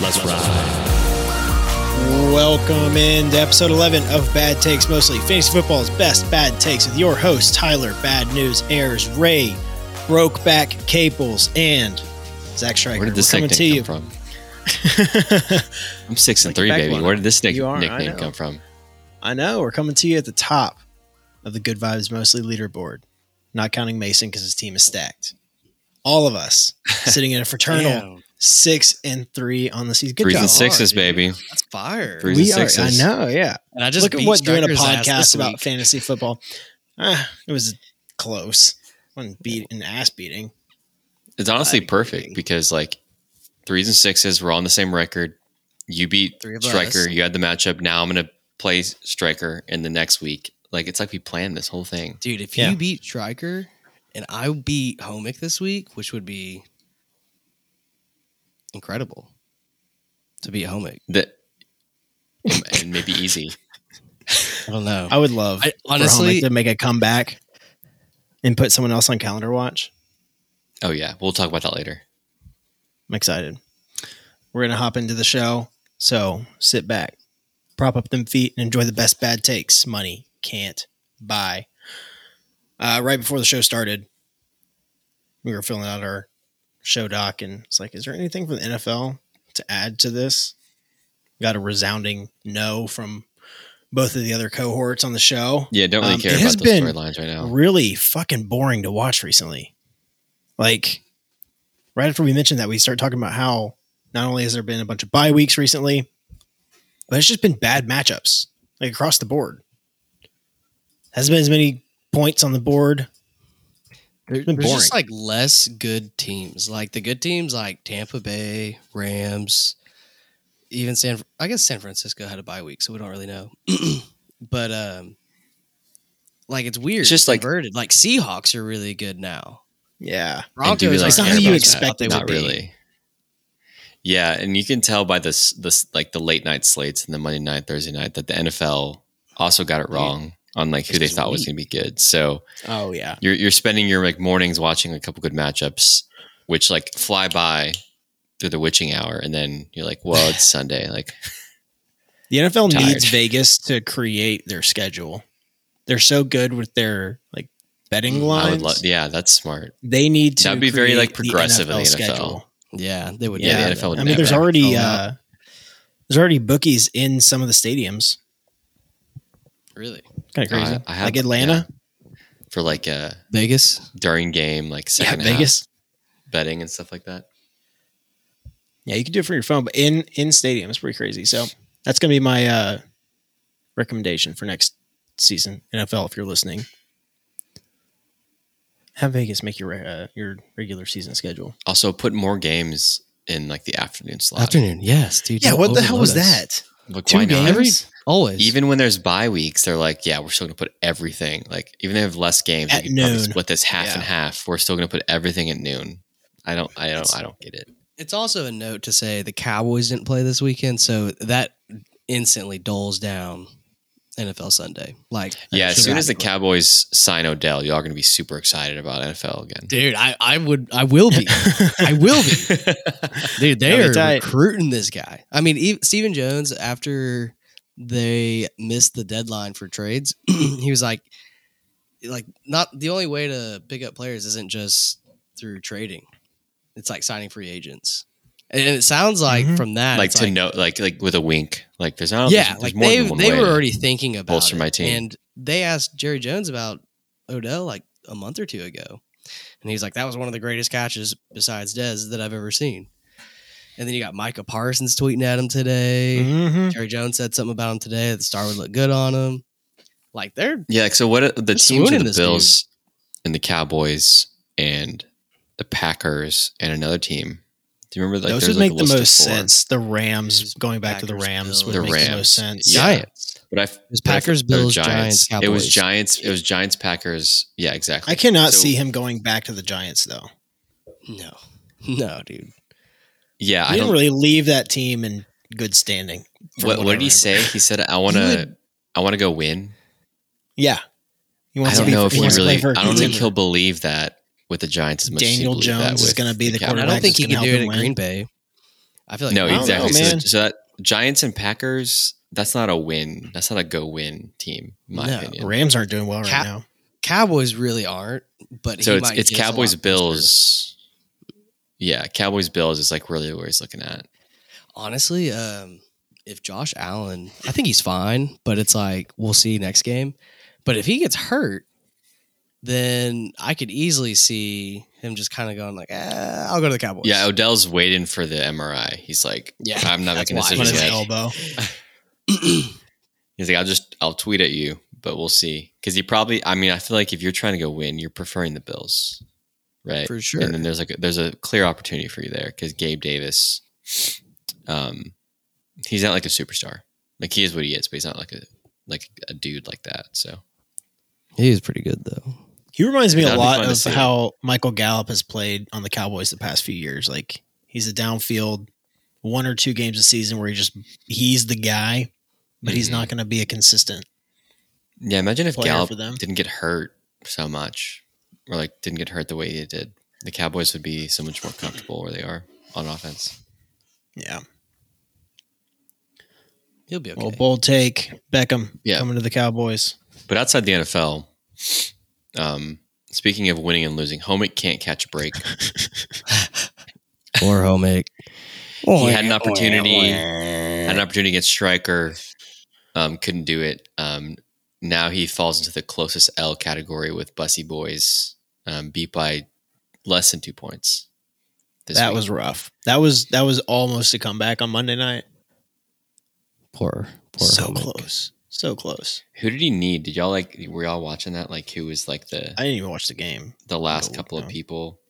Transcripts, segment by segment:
Let's ride. Welcome in to episode 11 of Bad Takes Mostly, fantasy football's best bad takes with your host, Tyler Bad News Airs, Ray, Brokeback Caples, and Zach Stryker. Where did this We're coming nickname to you. come from? I'm six and Like three, back baby. one. Where did this nick- You are, I nickname know. come from? I know. We're coming to you at the top of the Good Vibes Mostly leaderboard, not counting Mason because his team is stacked. All of us sitting in a fraternal Damn, six and three on the season. Good Threes job. and sixes, dude. baby. that's fire. Three- We and are. I sixes. know. Yeah. And I just Look at beat what doing a Striker's ass this podcast about week. fantasy football. Ah, it was close. One beat an ass beating. It's honestly Like, perfect because like threes and sixes, we're on the same record. You beat Three of Striker. us. You had the matchup. Now I'm gonna play Striker in the next week. Like it's like we planned this whole thing. dude. If Yeah. you beat Striker and I beat Homick this week, which would be incredible to beat Homick. That and maybe easy. I don't know. I would love I- for Homick honestly- to make a comeback and put someone else on calendar watch. Oh yeah, we'll talk about that later. I'm excited. We're gonna hop into the show, so sit back, prop up them feet, and enjoy the best bad takes. Money can't buy. Uh, right before the show started, we were filling out our show doc, and it's like, is there anything from the NFL to add to this? Got a resounding no from both of the other cohorts on the show. Yeah, don't really Um, care it about has the been storylines right now. really fucking boring to watch recently. Like, right after we mentioned that, we start talking about how not only has there been a bunch of bye weeks recently, but it's just been bad matchups like across the board. Hasn't been as many points on the board. There- been There's just like less good teams. Like the good teams, like Tampa Bay, Rams, even San. I guess San Francisco had a bye week, so we don't really know. but um, like it's weird. It's just like- inverted. Like Seahawks are really good now. Yeah, And do we, Broncos like, are It's not care how you about that? expect they Not would be. really. Yeah, and you can tell by this this like the late night slates and the Monday night, Thursday night that the NFL also got it wrong on like who This they is thought was weak. going to be good. So Oh yeah, you're you're spending your like mornings watching a couple good matchups, which like fly by through the witching hour, and then you're like, well, it's Sunday. Like the NFL Tired. needs Vegas to create their schedule. They're so good with their like betting Mm, I lines. would love. Yeah, that's smart. they need to That'd be very, create like, the progressive in the NFL. schedule. Yeah, they would. Yeah, never the do NFL would that. I mean, there's never. already Oh, no. uh, there's already bookies in some of the stadiums. really Kind of crazy. I- I have- like Atlanta, For like uh Vegas. during game, like yeah, second half Vegas. betting and stuff like that. Yeah, you can do it from your phone, but in in stadium, it's pretty crazy. So that's gonna be my uh, recommendation for next season NFL. If you're listening, have Vegas make your re- uh, your regular season schedule. Also, put more games in like the afternoon slot. Afternoon, yes, dude. don't overload us. Like, Two why not? games. Every always even when there's bye weeks, they're like, yeah, we're still gonna put everything. Like, even if they have less games, At we could probably noon. split this half Yeah. and half. We're still gonna put everything at noon. I don't, I don't, It's- I don't get it. It's also a note to say the Cowboys didn't play this weekend, so that instantly doles down NFL Sunday. Like, Yeah, as soon as the dramatically. Cowboys sign Odell, y'all gonna be super excited about NFL again. dude, I, I would, I will be, I will be, dude. They That'll be are tight. recruiting this guy. I mean, even Stephen Jones after they missed the deadline for trades, he was like, like not the only way to pick up players isn't just through trading. It's like signing free agents, and it sounds like Mhm. from that, Mm-hmm. like it's to know, like, like with a wink. Like, Oh, there's not. yeah, there's, like there's more they than one they way. were already thinking about bolster it. my team. and they asked Jerry Jones about Odell like a month or two ago, and he's like, "That was one of the greatest catches besides Dez that I've ever seen." And then you got Micah Parsons tweeting at him today. Mm-hmm. Mhm. Jerry Jones said something about him today. that The star would look good on him. Like they're Yeah, like, so what are- the teams swooning are the this dude. Bills and the Cowboys and the Packers and another team. Do you remember? Like, Those there's, would make like, a the list of most four. sense. The Rams going back to the Packers, Rams would The make the most Rams. sense. Yeah. Giants. But I f- It was but I f- Packers, or Bills, Giants, It was Cowboys. Giants. It was Giants, Packers. Yeah, exactly. I cannot So, see him going back to the Giants though. No, no, dude. Yeah, I I didn't don't. really leave that team in good standing. from What, what did I he say? He said, "I want You to. would- I want to go win." Yeah. He I to don't be- know if he wants to play really. for a I don't think contender. he'll believe that with the Giants as much. as he Daniel believed that Jones is with gonna be the Cowboys. I quarterback don't think is he gonna can do help it him at win. Green Bay. I feel like no, don't exactly. know, so, man. so that Giants and Packers, that's not a win. That's not a go win team, in my No. opinion. Rams aren't doing well right Cap- now. Cowboys really aren't. But So he it's might it's give us a lot Cowboys of Pittsburgh. Bills. Yeah, Cowboys Bills is like really where he's looking at. Honestly, um, if Josh Allen, I think he's fine, but it's like we'll see next game. But if he gets hurt, then I could easily see him just kind of going like, eh, "I'll go to the Cowboys." Yeah, Odell's waiting for the MRI. He's like, Yeah, I'm not that's making a why. On his decision yet. elbow. He's like, I'll just I'll tweet at you, but we'll see. Because he probably, I mean, I feel like if you're trying to go win, you're preferring the Bills, right? for sure. And then there's like a, there's a clear opportunity for you there because Gabe Davis, um, he's not like a superstar. Like he is what he is, but he's not like a like a dude like that. So he was pretty good though. He reminds me a That'd be lot fun to of see. how Michael Gallup has played on the Cowboys the past few years. Like he's a downfield one or two games a season where he just he's the guy, but he's Mhm. not going to be a consistent yeah, imagine if player Gallup for them. didn't get hurt so much, or like didn't get hurt the way he did. The Cowboys would be so much more comfortable where they are on offense. Yeah. He'll be okay. Well, bold take Beckham Yeah. coming to the Cowboys. But outside the NFL, um, speaking of winning and losing, Homick can't catch a break. or Homick. he had an opportunity, oh, had an opportunity against Striker, um, couldn't do it. Um, now he falls into the closest L category with Bussy Boys, um, beat by less than two points. this that week. was rough. That was that was almost a comeback on Monday night. Poor, poor so Homick. close. So close. who did he need? Did y'all like? Were y'all watching that? Like who was like the I didn't even watch the game. the Oh, last couple no. of people?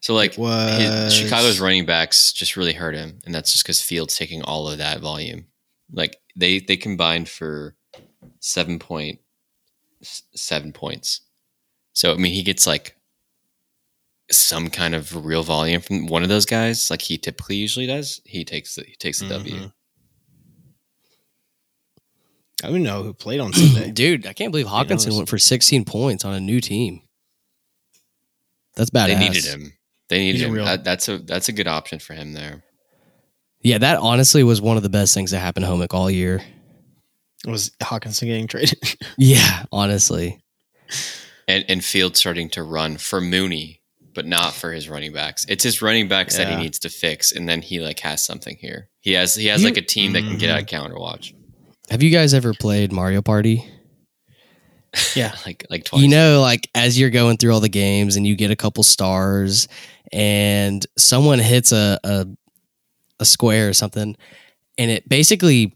So like It was his, Chicago's running backs just really hurt him, and that's just because Fields taking all of that volume. Like they they combined for seven point seven points. So I mean, he gets like some kind of real volume from one of those guys, like he typically usually does. He takes the, he takes the W. Mhm. I don't even know who played on Sunday. Dude, I can't believe Hawkinson honest. went for 16 points on a new team. That's bad. They needed him. They needed He's a him. real- That- that's a that's a good option for him there. Yeah, that honestly was one of the best things that happened to Homick all year. was Hawkinson getting traded? Yeah, honestly. and and Fields starting to run for Mooney, but not for his running backs. It's his running backs that Yeah. he needs to fix, and then he like has something here. He has he has You- Mm. like a team that can get out of counter watch, Have you guys ever played Mario Party? yeah. like like twice. You know, like as you're going through all the games and you get a couple stars and someone hits a a, a square or something and it basically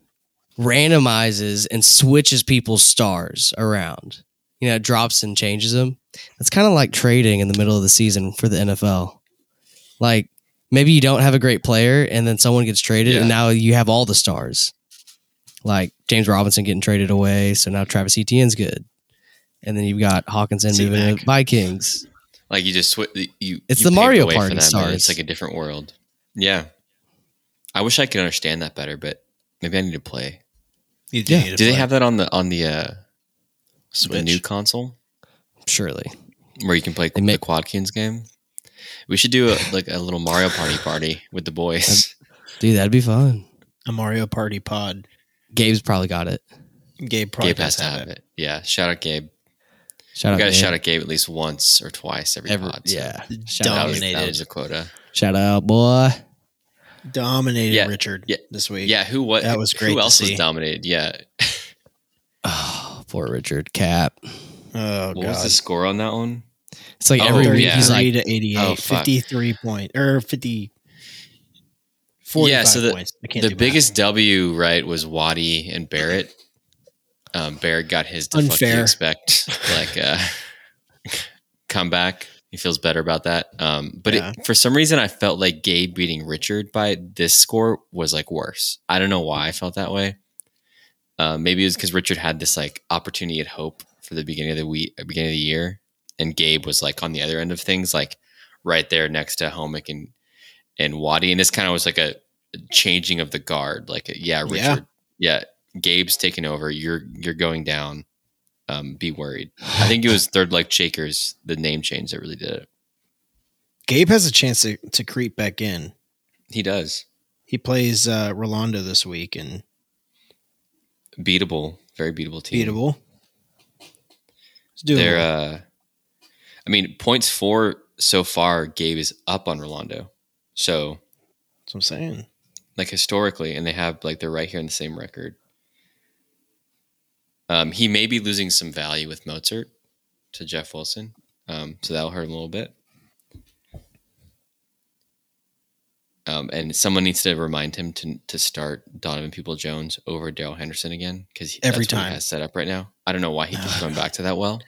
randomizes and switches people's stars around. You know, it drops and changes them. It's kind of like trading in the middle of the season for the NFL. Like maybe you don't have a great player and then someone gets traded and Yeah. now you have all the stars. Like James Robinson getting traded away, so now Travis Etienne's good. And then you've got Hawkinson moving Z-Mac. to Vikings. like you just swi- you. It's you the paved Mario way for Party them, and stars. It's like a different world. Yeah, I wish I could understand that better, but maybe I need to play. You do Yeah. need to Do they play. have that on the on the uh, the Switch. new console Surely. where you can play They make- the Quadkins game? We should do a, like a little Mario Party party with the boys. Dude, that'd be fun. a Mario Party pod? Gabe's probably got it. Gabe probably Gabe has to have it. Yeah, shout out Gabe. Shout out, we got to Gabe. shout out Gabe at least once or twice every, Every- pod. so yeah. Shout that out, was, that Dominated. was a quota. shout out, boy. Dominated Yeah, Richard yeah, this week. Yeah, who what? That was great Who to else see. was dominated? Yeah, Oh, poor Richard Cap. Oh what god. was the score on that one? It's like Oh, every week yeah. he's like, to 88, Oh, fuck. 53 point or 50 45 Yeah, so the- points. I can't The do math. biggest W right was Waddy and Barrett. Um, Barrett got his to fuck you Unfair. expect like uh, comeback. He feels better about that. Um, but Yeah. it, for some reason, I felt like Gabe beating Richard by this score was like worse. I don't know why I felt that way. Uh, maybe it was because Richard had this like opportunity at hope for the beginning of the week, beginning of the year, and Gabe was like on the other end of things, like right there next to Homick and and Waddy, and this kind of was like a changing of the guard. Like, yeah, Richard, Yeah. yeah, Gabe's taking over. You're you're going down. Um, be worried. I think it was third like Shakers, the name change that really did it. Gabe has a chance to, to creep back in. He does. He plays uh, Rolando this week and Beatable. Very beatable team. beatable. It's They're, doable. uh, I mean, points four so far, Gabe is up on Rolando. So, That's what I'm saying. like, historically, and they have, like, they're right here in the same record. Um, he may be losing some value with Mozart to Jeff Wilson. Um, so that'll hurt him a little bit. Um, and someone needs to remind him to to start Donovan People Jones over Daryl Henderson again because Every he time. has set up right now. I don't know why he keeps going back to that well.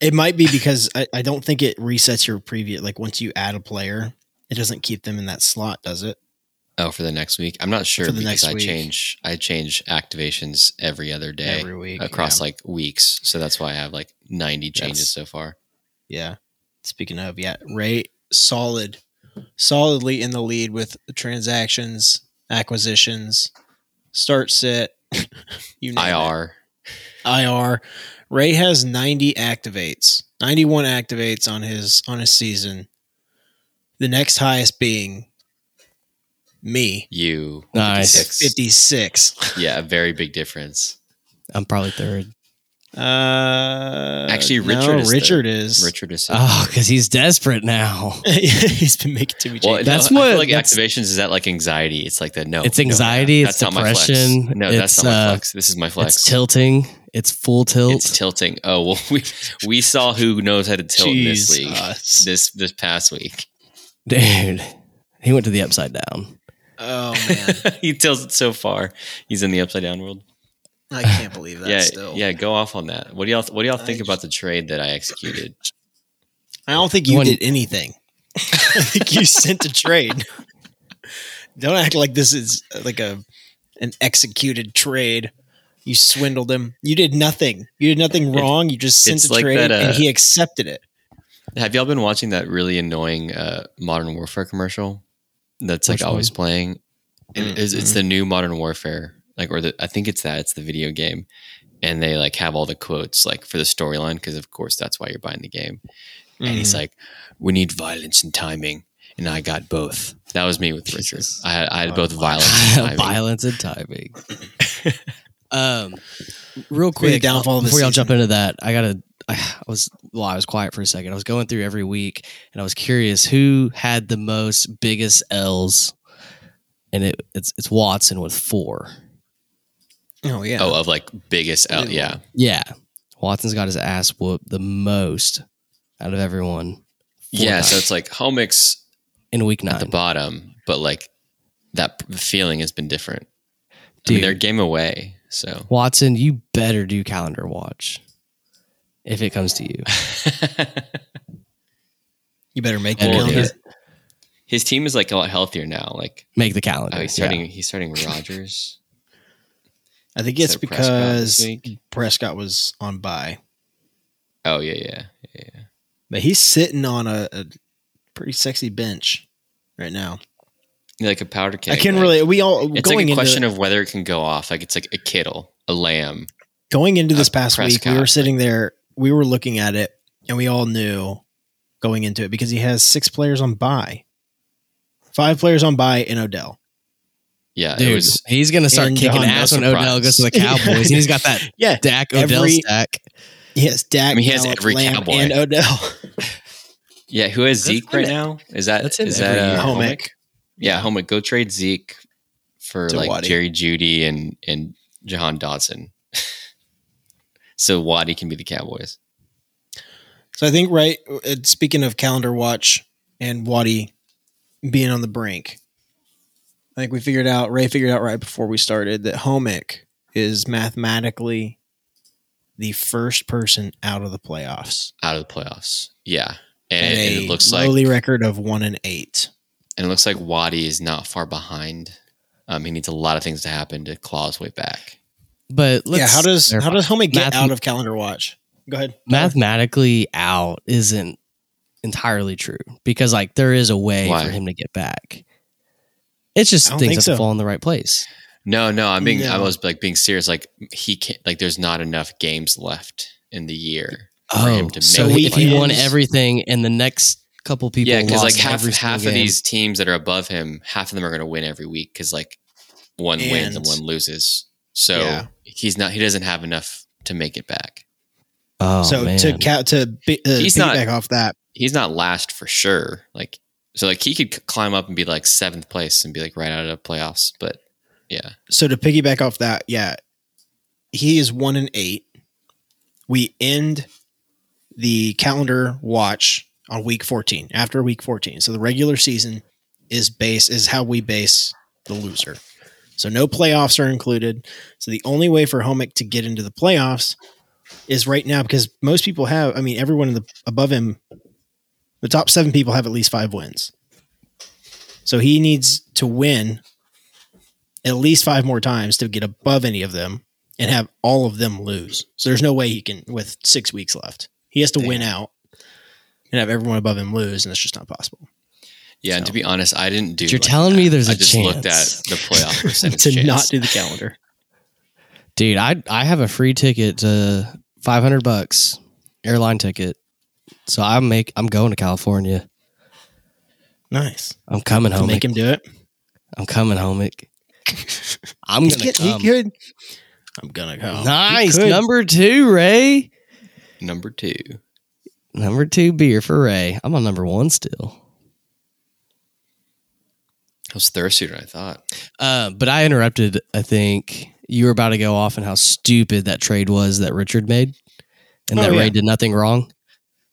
It might be because I, I don't think it resets your preview. Like once you add a player, it doesn't keep them in that slot, does it? Oh, for the next week. I'm not sure For the next because I week. change I change activations every other day Every week across yeah. like weeks. So that's why I have like 90 changes so far. yeah. Speaking of, yeah, Ray solid, solidly in the lead with transactions, acquisitions, start sit, you name it. IR. IR. Ray has 90 activates, 91 activates on his on his season. The next highest being me, You. Nice. Six. 56. Yeah, a very big difference. I'm probably third. Uh, Actually, no, Richard is Richard is. Richard is. Oh, because he's desperate now. He's been making too many well, changes. that's That's what what- like that's- activations is that like anxiety. It's like that. No, It's no, anxiety, it's Oh, Not my depression, flex. No, that's it's, not my uh, flex. This is my flex. It's tilting. It's full tilt. It's tilting. Oh well, we we saw who knows how to tilt in this league uh, Jesus. this this past week. Dude, he went to the upside down. Oh man, he tilts it so far. He's in the upside down world. I can't believe that. yeah, still, yeah. Go off on that. What do y'all What do y'all I think just- about the trade that I executed? I don't think you One- did anything. I think you sent a trade. Don't act like this is uh, like a an executed trade. You swindled him. You did nothing. You did nothing It- wrong. You just sent it's a like trade, that, uh, and he accepted it. Have y'all been watching that really annoying uh, Modern Warfare commercial that's like Which always playing? It- Mm, it's, it's the new Modern Warfare, like or the, I think it's that. It's the video game, and they like have all the quotes like for the storyline because of course that's why you're buying the game. And Mm. he's like, "We need violence and timing." And I got both. That was me with Richard. Jesus. I had, I had Oh, both my. violence and timing. Violence and timing. um, real Maybe quick, downfall of the before y'all season. jump into that, I gotta. I was well. I was quiet for a second. I was going through every week, and I was curious who had the most biggest L's, and it it's it's Watson with four. "Oh yeah, Oh, of like biggest L. Big Yeah. Yeah, Watson's got his ass whooped the most out of everyone. Four Yeah. So times it's like Homix in week at the nine, bottom, but like that p- feeling has been different. I mean, dude. they're a game away, so Watson, you better do calendar watch if it comes to you. you better make Well, it count." yeah. his team is like a lot healthier now. Like Make the calendar. oh, he's yeah. starting, he's starting Rogers. I think it's instead of Prescott this because week. Prescott was on bye, oh yeah, yeah, yeah. yeah. but he's sitting on a, a pretty sexy bench right now. They're Like a powder keg. I can like- really. We all It's going like a into question of whether it can go off. Like it's like a Kittle, a Lamb. going into this Uh, past week, Prescott. we were sitting there, we were looking at it, and we all knew going into it because he has six players on buy, five players on buy, and Odell. Yeah, Dude, uh, it was. he's gonna start And kicking Jahan, no ass when Odell surprise. goes to the Cowboys, and he's got that Yeah, Dak Odell Every- stack. he has Dak, I mean, he has Gallup, every Lamb, cowboy. and Odell. Yeah, who has That's Zeke right in- now? Is that that's in is that every uh, Oh, year. Homick? Homick. Yeah, Homick, go trade Zeke for To like Waddy. Jerry Judy and and Jahan Dodson. so Waddy can be the Cowboys. So I think right. uh, Speaking of calendar watch and Waddy being on the brink, I think we figured out. Ray figured out right before we started that Homick is mathematically the first person out of the playoffs. out of the playoffs. Yeah. and And, it, and a it looks like lowly record of one and eight. and it looks like Waddy is not far behind. Um, he needs a lot of things to happen to claw his way back. But let's, yeah, how does how does Homie get Mathem- out of calendar watch? Go ahead. mathematically out isn't entirely true because like there is a way Why? for him to get back. It's just I don't things think have so. to fall in the right place. No, no, I'm being I No. was like being serious. Like he can't like there's not enough games left in the year. For Oh, him to so make he- the if he won playoffs. everything and the next couple people. yeah, because like lost half every half single of game. these teams that are above him, half of them are going to win every week because like one wins And- and one loses. So Yeah. he's not. He doesn't have enough to make it back. Oh, so man. to count to be, uh, He's beat not- back off that. He's not last for sure. Like so, like he could c- climb up and be like seventh place and be like right out of the playoffs. But yeah, So to piggyback off that, yeah, he is one and eight. We end the calendar watch on week fourteen. After week fourteen, so the regular season is base is how we base the loser. So no playoffs are included. So the only way for Homick to get into the playoffs is right now because most people have. I mean, everyone in the above him, the top seven people have at least five wins. So he needs to win at least five more times to get above any of them and have all of them lose. So there's no way he can with six weeks left. He has to win out and have everyone above him lose, and it's just not possible. yeah. And So- to be honest, I didn't do. You're telling me there's a a chance. looked at the playoff percentage to chance. not do the calendar. dude, I I have a free ticket to 500 bucks airline ticket. So I make I'm going to California. Nice. I'm coming To home. make him do it. I'm coming home. I'm He gonna could- he come. could. I'm gonna go. Oh, nice He could. number two, Ray. number two. Number two beer for Ray. I'm on number one still. I was thirstier than I thought. Uh, but I interrupted. I think you were about to go off on how stupid that trade was that Richard made, and Oh, that yeah. Ray did nothing wrong.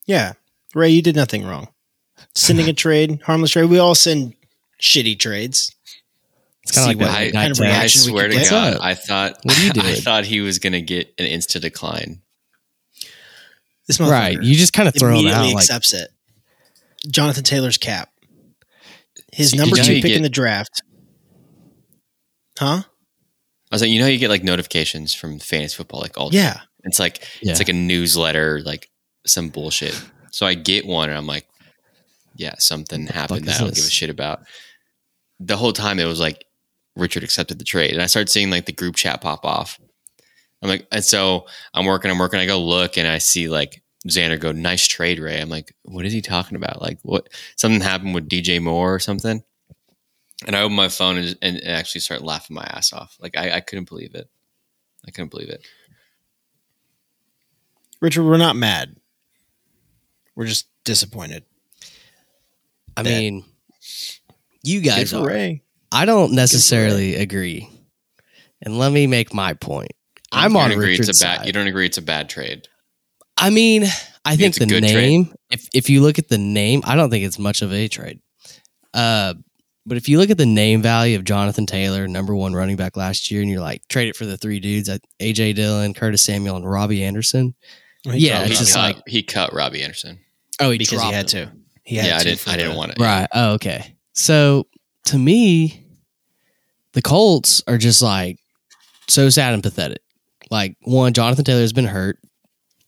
Yeah, Ray, you did nothing wrong. Sending a trade, harmless trade. We all send shitty trades. It's kind See of like what that I- late kind night of text. I reaction we swear could to get. God, What's up? I thought What are you I doing? thought he was going to get an insta decline. This motherfucker right? You just kind of throw him immediately out. Like, accepts it. Jonathan Taylor's cap. His Did number you two get- pick in the draft. Huh? I was like, you know, how you get like notifications from fantasy football, like all Yeah. It's like yeah. it's like a newsletter, like some bullshit. So I get one, and I'm like, yeah, something What the fuck happened that is I don't give a this? shit about. The whole time it was like Richard accepted the trade, and I started seeing like the group chat pop off. I'm like, and so I'm working, I'm working. I go look, and I see like Xander go, "Nice trade, Ray." I'm like, what is he talking about? Like, what something happened with DJ Moore or something? And I open my phone and, and, and actually start laughing my ass off. Like I, I couldn't believe it. I couldn't believe it. Richard, we're not mad. We're just disappointed. I that. mean, you guys Good are. for Ray. I don't necessarily agree. And let me make my point. I'm You on don't agree Richard's it's a bad, side. You don't agree it's a bad trade. I mean, I think it's a the good name. If if you look at the name, I don't think it's much of a trade. Uh, but if you look at the name value of Jonathan Taylor, number one running back last year, and you're like trade it for the three dudes, uh, AJ Dillon, Curtis Samuel, and Robbie Anderson. Yeah, Oh, he, it's just cut, like- he cut Robbie Anderson. Oh, he because he had to. He had yeah, to I didn't. for I didn't the- want it. Right. Oh, okay. So to me, the Colts are just like so sad and pathetic. Like one, Jonathan Taylor has been hurt.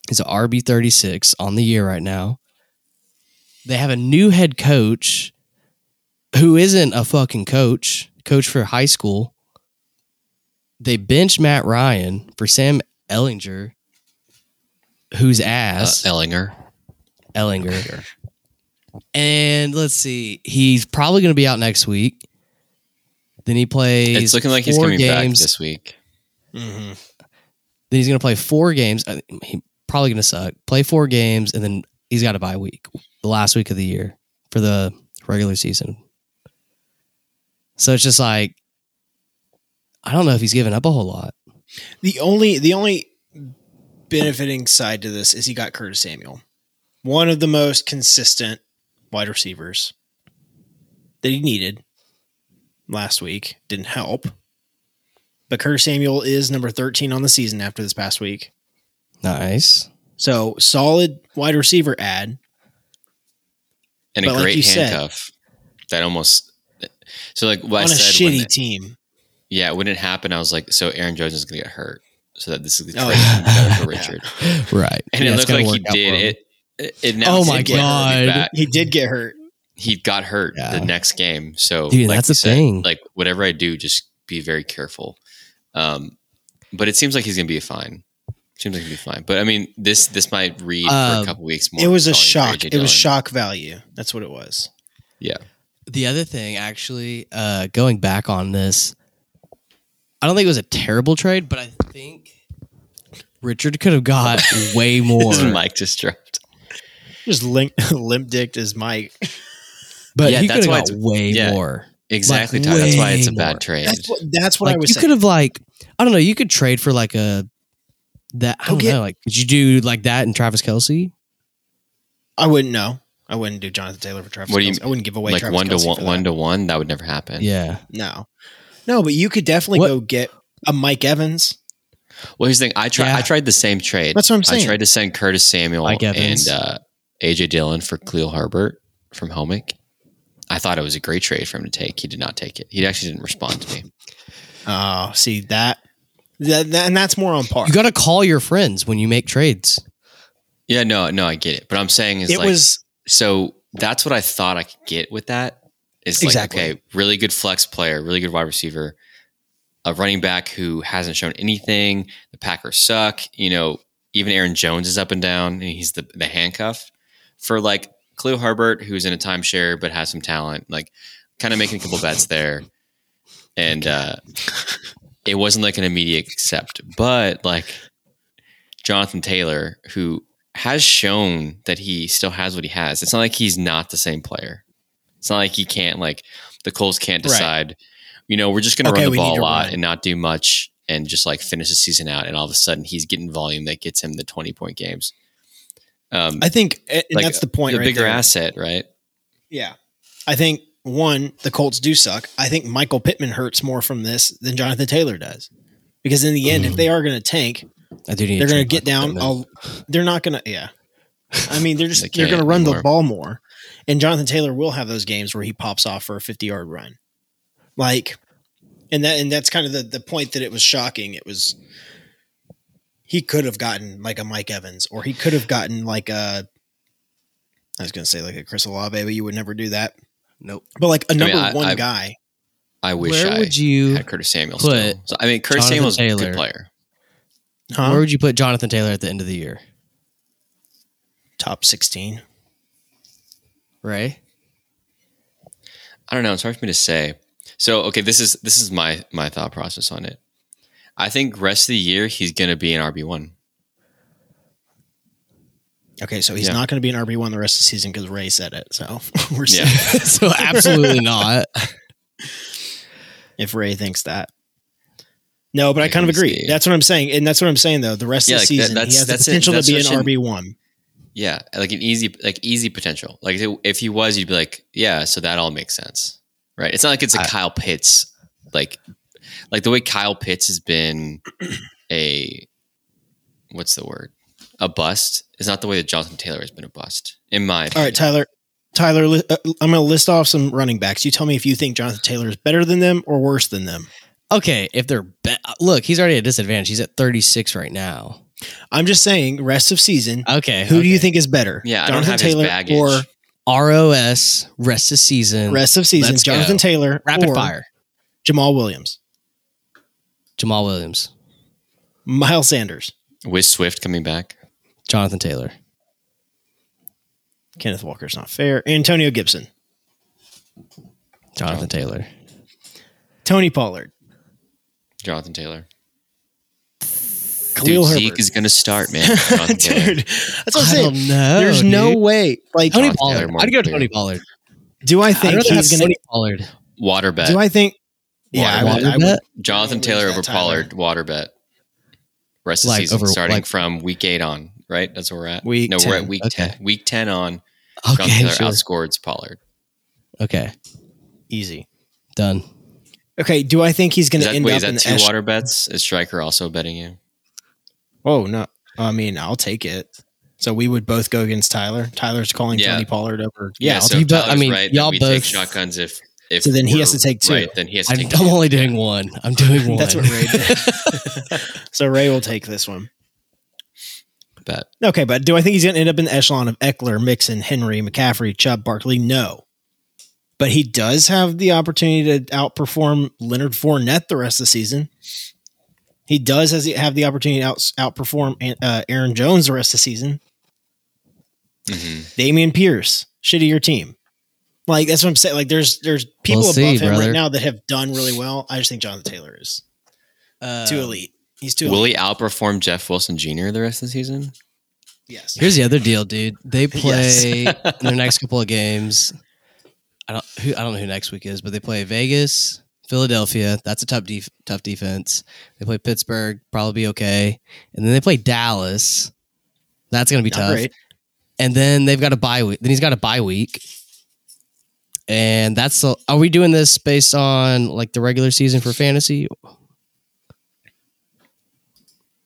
He's a RB thirty six on the year right now. They have a new head coach who isn't a fucking coach, coach for high school. They bench Matt Ryan for Sam Ellinger, who's Uh, ass. Ellinger. Ellinger. And let's see, he's probably going to be out next week. Then he plays. It's looking like he's four coming back games. this week. Mhm. Then he's going to play four games. I- He probably going to suck. Play four games, and then he's got a bye week, the last week of the year for the regular season. So it's just like, I don't know if he's given up a whole lot. The only the only benefiting side to this is he got Curtis Samuel, one of the most consistent wide receivers that he needed last week. Didn't help, but Curtis Samuel is number thirteen on the season after this past week. Nice. So solid wide receiver ad. And But a like great you said- handcuff. that almost. So like what I on a said. When shitty it, team. yeah, when it happened, I was like, so Aaron Jones is gonna get hurt. So that this is the trade Oh, that's yeah. better for Richard. Right. And Yeah, it it's looked gonna like he work out did for him. it. It, it now Oh did my get hurt. God. He's back. He did get hurt. He got hurt Yeah. the next game. So Dude, that's you the thing. Like whatever I do, just be very careful. Um, but it seems like he's gonna be fine. Seems like it'd be fine. But I mean, this this might read for Um, a couple weeks more. It was a than selling shock. It AJ was Dillon. shock value. That's what it was. Yeah. The other thing, actually, uh, going back on this, I don't think it was a terrible trade, but I think Richard could have got way more. His mic just dropped. Just limp, limp dicked as Mike. but Yeah, he could that's have why got it's- way yeah. more. Exactly, Like, Ty. That's why way it's a more. bad trade. That's what. That's what like I was. you could saying. have like I don't know, you could trade for like a that I Go don't get- know, like could you do like that and Travis Kelsey? I wouldn't know. I wouldn't do Jonathan Taylor for Travis. What do you- Kelce. I wouldn't give away like Travis one Kelce to for one, that. one to one, that would never happen. Yeah. No, no, but you could definitely What- go get a Mike Evans. Well, here's the thing. I tried. Yeah. I tried the same trade. That's what I'm I saying. tried to send Curtis Samuel Mike and Evans. uh, AJ Dillon for Cleo Herbert from Homick. I thought it was a great trade for him to take. He did not take it. He actually didn't respond to me. Oh, see that, that, that- and that's more on par. You gotta call your friends when you make trades. Yeah, no, no, I get it. But I'm saying is it like was so that's what I thought I could get with that. It's like Exactly. okay, really good flex player, really good wide receiver, a running back who hasn't shown anything. The Packers suck. You know, even Aaron Jones is up and down, and he's the the handcuff for like Cleo Herbert, who's in a timeshare but has some talent. Like, kind of making a couple bets there, and uh, it wasn't like an immediate accept, but like Jonathan Taylor, who has shown that he still has what he has. It's not like he's not the same player. It's not like he can't like the Colts can't Right. decide. You know, we're just going Okay, to run we the need ball a to lot run. and not do much, and just like finish the season out. And all of a sudden, he's getting volume that gets him the twenty point games. Um, I think, and like, that's the point. the right bigger there. asset, right? Yeah. I think one, the Colts do suck. I think Michael Pittman hurts more from this than Jonathan Taylor does. Because in the end, Mm. if they are going to tank, I do need they're to going to trade get my- down. I'll, they're not going to. Yeah, I mean, they're just They they are going to can't run the anymore. ball more, and Jonathan Taylor will have those games where he pops off for a fifty yard run, like, and that and that's kind of the the point that it was shocking. It was he could have gotten like a Mike Evans, or he could have gotten like a. I was going to say like a Chris Olave, but you would never do that. Nope. But like a mean, number I- one I- guy, I wish Where I would you had Curtis Samuel. put Still. So, I mean, Curtis Hmm. Jonathan Samuel's a Taylor? good player. huh? where would you put Jonathan Taylor at the end of the year? top sixteen. Right? I don't know. It's hard for me to say. So okay, this is this is my my thought process on it. I think rest of the year he's going to be an RB one. Okay, so he's Yeah. not going to be an RB one the rest of the season because Ray said it. So we're Yeah. safe. so absolutely not. if Ray thinks that. No, but I Like, kind of let me agree. see. That's what I'm saying, and that's what I'm saying though. The rest Yeah, of the like, that- season, he that's- has the that's it. potential That's to be an such an- RB one. Yeah, like an easy like easy potential. Like if- if he was, you'd be like, yeah, so that all makes sense, right? It's not like it's a I- Kyle Pitts like like the way Kyle Pitts has been a what's the word a bust is not the way that Jonathan Taylor has been a bust in my All right, opinion. Tyler. Tyler, li- uh, I'm going to list off some running backs. You tell me if you think Jonathan Taylor is better than them or worse than them. Okay, if they're be- look, he's already at a disadvantage. He's at 36 right now. I'm just saying, rest of season, Okay. who do you okay. think is better? Yeah, I don't Jonathan have his Taylor baggage. or ROS rest of season rest of season Let's Jonathan go. Taylor rapid or fire. Jamal Williams, Jamal Williams, Miles Sanders, with Swift coming back. Jonathan Taylor. Kenneth Walker's not fair, Antonio Gibson, Jonathan Taylor. Tony Pollard, Jonathan Taylor. Khalil Dude, Herbert. Zeke is going to start, man. Jonathan Taylor. Dude, that's what I'm saying. know. Oh, There's no dude. way. Like, Tony Jonathan Taylor Pollard. more I'd go clear. Tony Pollard. do I I'd think rather have he's going Tony to? Pollard. Water bet. Do I think? Water Yeah, I bet. would, I Water would. bet? Jonathan Lose Taylor that, over Tyler. Pollard, water bet. Rest of Like, season over- starting like- from week eight on, right? That's where we're at. Week no, we're 10. at week Okay. ten. Week ten on. Jonathan Okay, Taylor sure. outscores Pollard. okay, Easy. done. Okay. Do I think he's going Is to that, end wait, up is in that the two S- water bets? Is Striker also betting you? Oh no! I mean, I'll take it. So we would both go against Tyler. Tyler's calling Yeah. Tony Pollard over. Yeah, I'll so take- you bet- I Tyler's mean, right, that y'all we both- take shotguns if if So then he we're has to take two. Right, then he has to I'm, take I'm two. only doing one. I'm doing one. that's what Ray. Did. so Ray will take this one. bet. Okay, but do I think he's going to end up in the echelon of Eckler, Mixon, Henry, McCaffrey, Chubb, Barkley? No. But he does have the opportunity to outperform Leonard Fournette the rest of the season. He does has have the opportunity to out, outperform uh, Aaron Jones the rest of the season. hmm Damian Pierce, shittier team. Like that's what I'm saying. Like there's there's people We'll above see, him right brother. now that have done really well. I just think Jonathan Taylor is Uh, too elite. He's too Will elite. he outperform Jeff Wilson Jr. the rest of the season? Yes. Here's the other deal, dude. They play Yes. in their next couple of games. I don't who I don't know who next week is, but they play Vegas, Philadelphia. That's a tough def- tough defense. They play Pittsburgh, probably be okay, and then they play Dallas. That's gonna be Not tough. great. And then they've got a bye week. Then he's got a bye week. And that's the, are we doing this based on like the regular season for fantasy?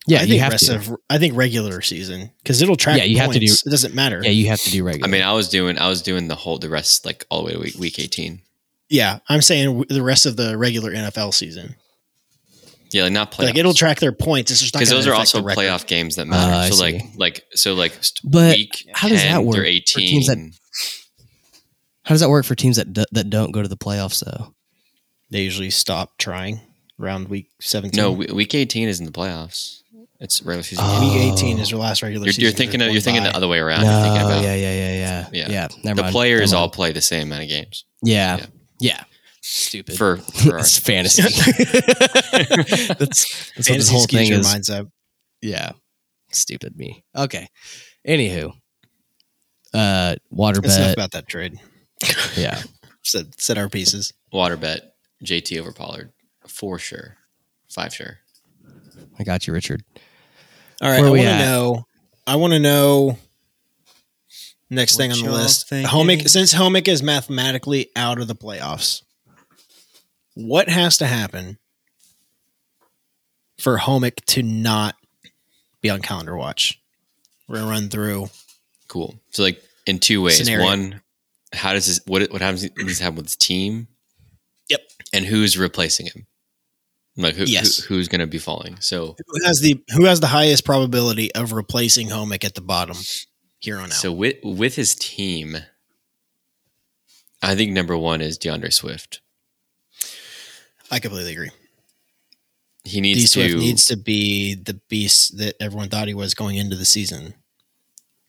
Yeah, I you think have rest to. of I think regular season because it'll track. Yeah, you have to points. It doesn't matter. yeah, you have to do I regular. mean, I was doing I was doing the whole the rest like all the way to week, week eighteen. Yeah, I'm saying w- the rest of the regular NFL season. Yeah, like not playoffs. Like it'll track their points. It's just not because gonna those are affect also the record. playoff games that matter. Oh, I so see. like like so like st- But week how does 10 that work through for eighteen? teams that- How does that work for teams that d- that don't go to the playoffs though? They usually stop trying around week 17. no, we- week eighteen isn't the playoffs. It's regular season. Oh. game. week 18 is their last regular You're, season. you're thinking of, They're you're going thinking by. the other way around. you're thinking about yeah, yeah, yeah, yeah, Yeah. yeah. never the mind, players never all mind. play the same amount of games Yeah, yeah. yeah. Stupid. for for our, it's fantasy. that's that's what this Fantasy whole skews thing your is. minds up. Yeah. Stupid me. Okay. Anywho. Uh water That's enough bet. about that trade. Yeah. Said, said our pieces. water bet. JT over Pollard for sure, five sure. I got you, Richard. All right, Where I we want to at? know. I want to know. Next What thing on the y'all list, thinking? Homick. Since Homick is mathematically out of the playoffs, what has to happen for Homick to not be on calendar watch? We're gonna run through. Cool. So like in two ways. Scenario. One, how does this what what happens what does happen with his team? Yep. And who's replacing him? Like who, Yes. who who's gonna be falling? So Who has the Who has the highest probability of replacing Homick at the bottom here on out? so with with his team, I think number one is DeAndre Swift. I completely agree. D He needs Swift to needs to be the beast that everyone thought he was going into the season.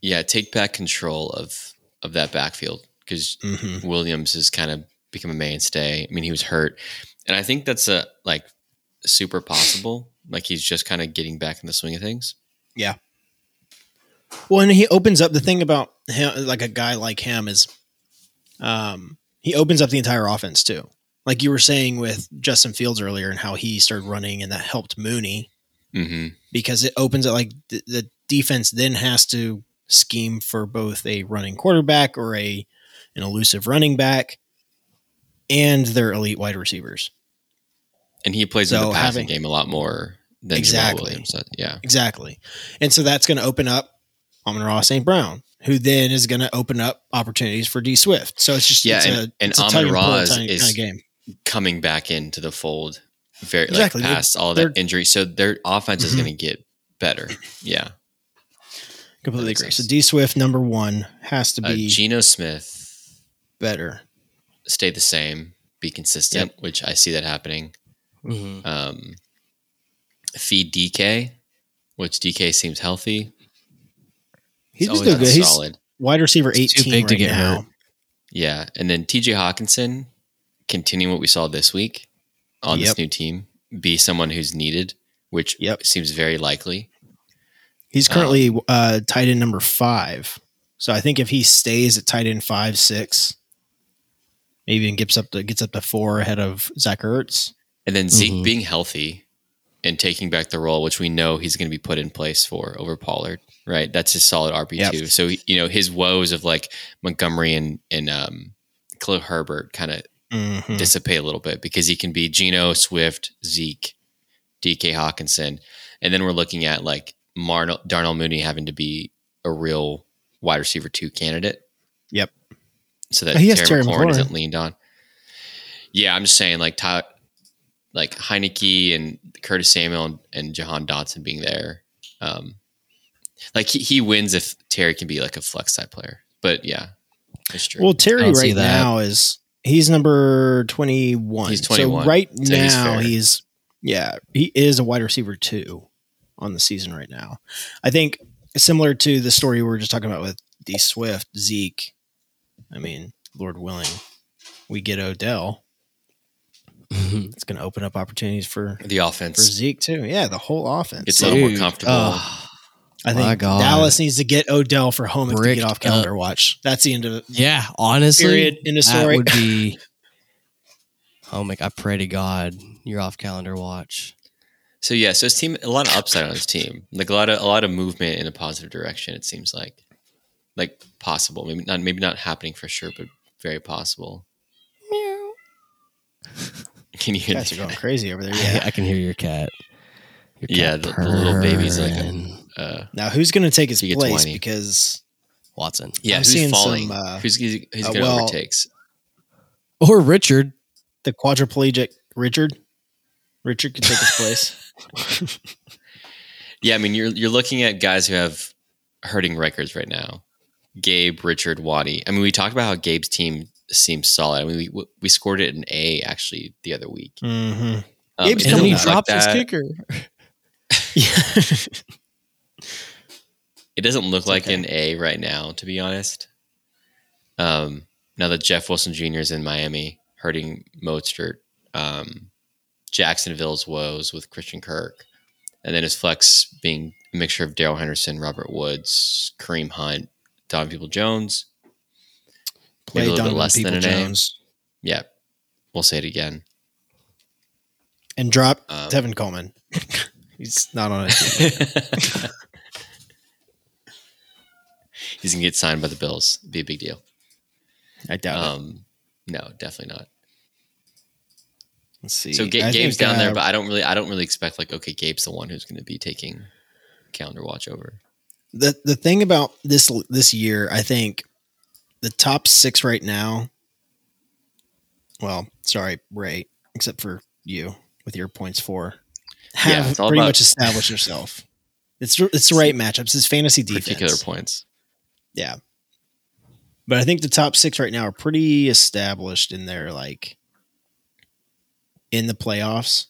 yeah, take back control of of that backfield because hmm Williams has kind of become a mainstay. I mean, he was hurt, and I think that's a like super possible. Like he's just kind of getting back in the swing of things. Well, and he opens up the thing about him, like a guy like him is, um, he opens up the entire offense too. Like you were saying with Justin Fields earlier, and how he started running, and that helped Mooney Mm-hmm. because it opens up like the, the defense then has to scheme for both a running quarterback or a an elusive running back, and their elite wide receivers. and he plays in So the passing having- game a lot more than Exactly. Jamal Williams. does. Yeah, Exactly. And so that's going to open up Amon Ross St. Brown, who then is going to open up opportunities for D Swift. So it's just, Yeah, it's and- a, and it's a Amon tug and pull Ra kind of- is- kind of game. coming back into the fold, very Exactly. like They're- past all that they're- injury, so their offense is Mhm. going to get better. Yeah, Completely makes agree. sense. So D Swift, number one, has to uh, be Geno Smith better. stay the same, be consistent, which I see that happening. Mm-hmm. Um, feed DK, which DK seems healthy. He's just always doing been good. He's solid. wide receiver He's 18 too big right to get now. hurt. Yeah, and then TJ Hawkinson, continue what we saw this week on Yep. this new team, be someone who's needed, which Yep. seems very likely. He's currently uh, tight end number five. So I think if he stays at tight end five, six, maybe and gets up to gets up to four ahead of Zach Ertz. And then Zeke Mhm. being healthy and taking back the role, which we know he's going to be put in place for over Pollard, right? That's his solid RB two. So you know his woes of like Montgomery and and um, Cliff Herbert kind of Mhm. dissipate a little bit because he can be Geno Swift, Zeke, DK Hawkinson, and then we're looking at like Marnell, Darnell Mooney having to be a real wide receiver two candidate. Yep. So that He has Terry, Terry McLaurin McLaurin. isn't leaned on. Yeah, I'm just saying like Ty, like Heineke and Curtis Samuel and, and Jahan Dotson being there. Um, like he, he wins if Terry can be like a flex type player. But yeah, it's true. Well, I Terry don't see right that. now is he's number twenty one. He's 21, So right so he's now fair. he's, Yeah, he is a wide receiver too on the season right now. I think similar to the story we were just talking about with D Swift, Zeke. I mean, Lord willing, we get Odell. It's going to open up opportunities for The for offense Zeke too. Yeah, the whole offense. uh, gets a little more Dude, comfortable. oh, I my think God. Dallas needs to get Odell for home and to Bricked get off calendar watch. That's the end of the yeah, honestly, period. End of that story. would be. Oh my! I pray to God you're off calendar watch. So yeah, so his team a lot of upside on his team. Like a lot of a lot of movement in a positive direction. It seems like, like possible. Maybe not. Maybe not happening for sure, but very possible. Can you You hear guys are going that? crazy over there. Yeah, Yeah. I can hear your cat. Your Yeah, the- the little baby's like a- purring. Uh, Now, who's going to take his He gets place? whiny. Because Watson yeah, I'm who's seeing falling? some, uh, who's who's, who's uh, gonna well- overtakes? or Richard. the quadriplegic Richard, Richard could take his place. Yeah, I mean you're you're looking at guys who have hurting records right now. Gabe, Richard, Waddy. I mean, we talked about how Gabe's team seems solid. I mean, we we scored it an A actually the other week. mm-hmm. Um, Gabe's it coming doesn't out. look like that- kicker. Yeah. It doesn't look like okay. an A right now, to be honest. Um, now that Jeff Wilson Jr. is in Miami, hurting Mostert, um, Jacksonville's woes with Christian Kirk, and then his flex being a mixture of Daryl Henderson, Robert Woods, Kareem Hunt, Don People Jones. Play a little bit Donovan less than an A. Peoples-Jones Yeah, we'll say it again. and drop Um, Tevin Coleman. He's not on it. He's gonna get signed by the Bills. Be a big deal. I doubt it. Um, no, definitely not. Let's see. So Ga- I think, Gabe's down there, uh, but I don't really, I don't really expect like, okay, Gabe's the one who's going to be taking calendar watch over. the the thing about this this year, I think the top six right now. Well, sorry, Ray, except for you with your points four, Yeah, have it's all pretty about- much established yourself. It's it's the right matchups. It's fantasy defense. Particular points. Yeah. But I think the top six right now are pretty established in their like in the playoffs.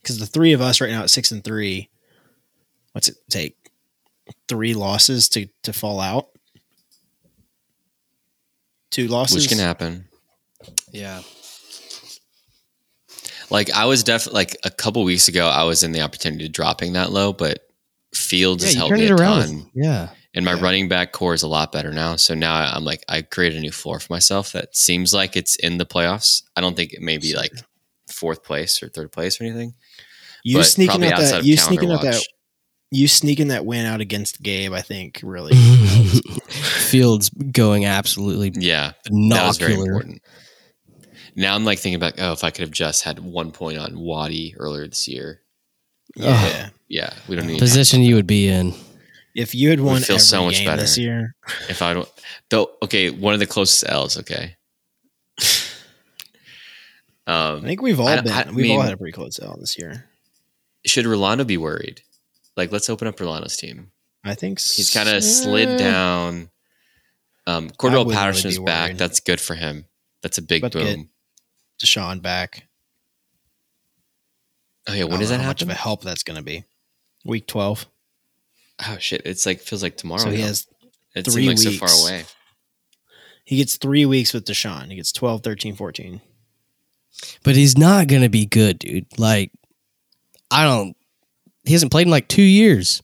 Because the three of us right now at six and three, what's it take? Three losses to to fall out. Two losses. Which can happen. Yeah, Like I was definitely like a couple weeks ago, I was in the opportunity of dropping that low, but Fields has yeah, you helped turned me it a around. ton, Yeah, and my Yeah. running back core is a lot better now. So now I'm like, I created a new floor for myself that seems like it's in the playoffs. I don't think it may be Sure. like fourth place or third place or anything. you but sneaking probably out outside that of you calendar sneaking out that watch. you sneaking that win out against Gabe, I think, really. Fields going absolutely Yeah, That was very binocular. important. Now I'm like thinking about, oh, if I could have just had one point on Wadi earlier this year. yeah. Yeah, we don't need Position you would be in. If you had would won feel every so much game better. this year, If I don't, though, okay, one of the closest L's. Okay. I um, think we've all I- been I we've all mean- had a pretty close L this year. should Rolando be worried? Like, let's open up Rolando's team. I think He's kind of slid down. Um, Cordell wouldn't Patterson really is be back. worried. That's good for him. That's a big But boom. good. Deshaun back. Oh yeah, I don't when does know that how Much of happen? a help that's going to be. Week twelve. Oh shit, it's like feels like tomorrow. so he now. has it three seems like so weeks. far away. he gets three weeks with Deshaun. He gets 12, 13, 14. But he's not going to be good, dude. Like, I don't. He hasn't played in like two years.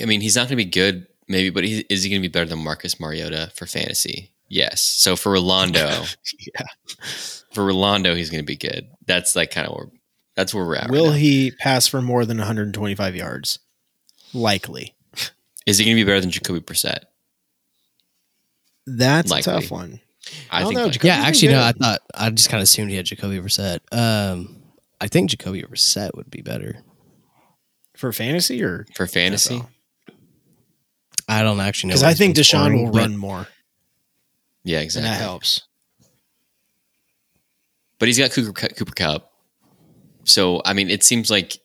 I mean, he's not going to be good, maybe, but he, is he going to be better than Marcus Mariota for fantasy? Yes. So for Rolando, Yeah. for Rolando, he's going to be good. That's like kind of where that's where we're at. Will right now. he pass for more than 125 yards? Likely. Is he going to be better than Jacoby Brissett? That's Likely. a tough one. I, don't think know, like, Jacoby- yeah, he's been actually, no. I good. thought I just kind of assumed he had Jacoby Brissett. Um, I think Jacoby Brissett would be better. For fantasy or for fantasy. NFL? I don't actually know Because what I he's think been Deshaun scoring, will but run more. Yeah, And exactly. that helps. But he's got Cooper, Cu- Cooper Cup. So, I mean, it seems like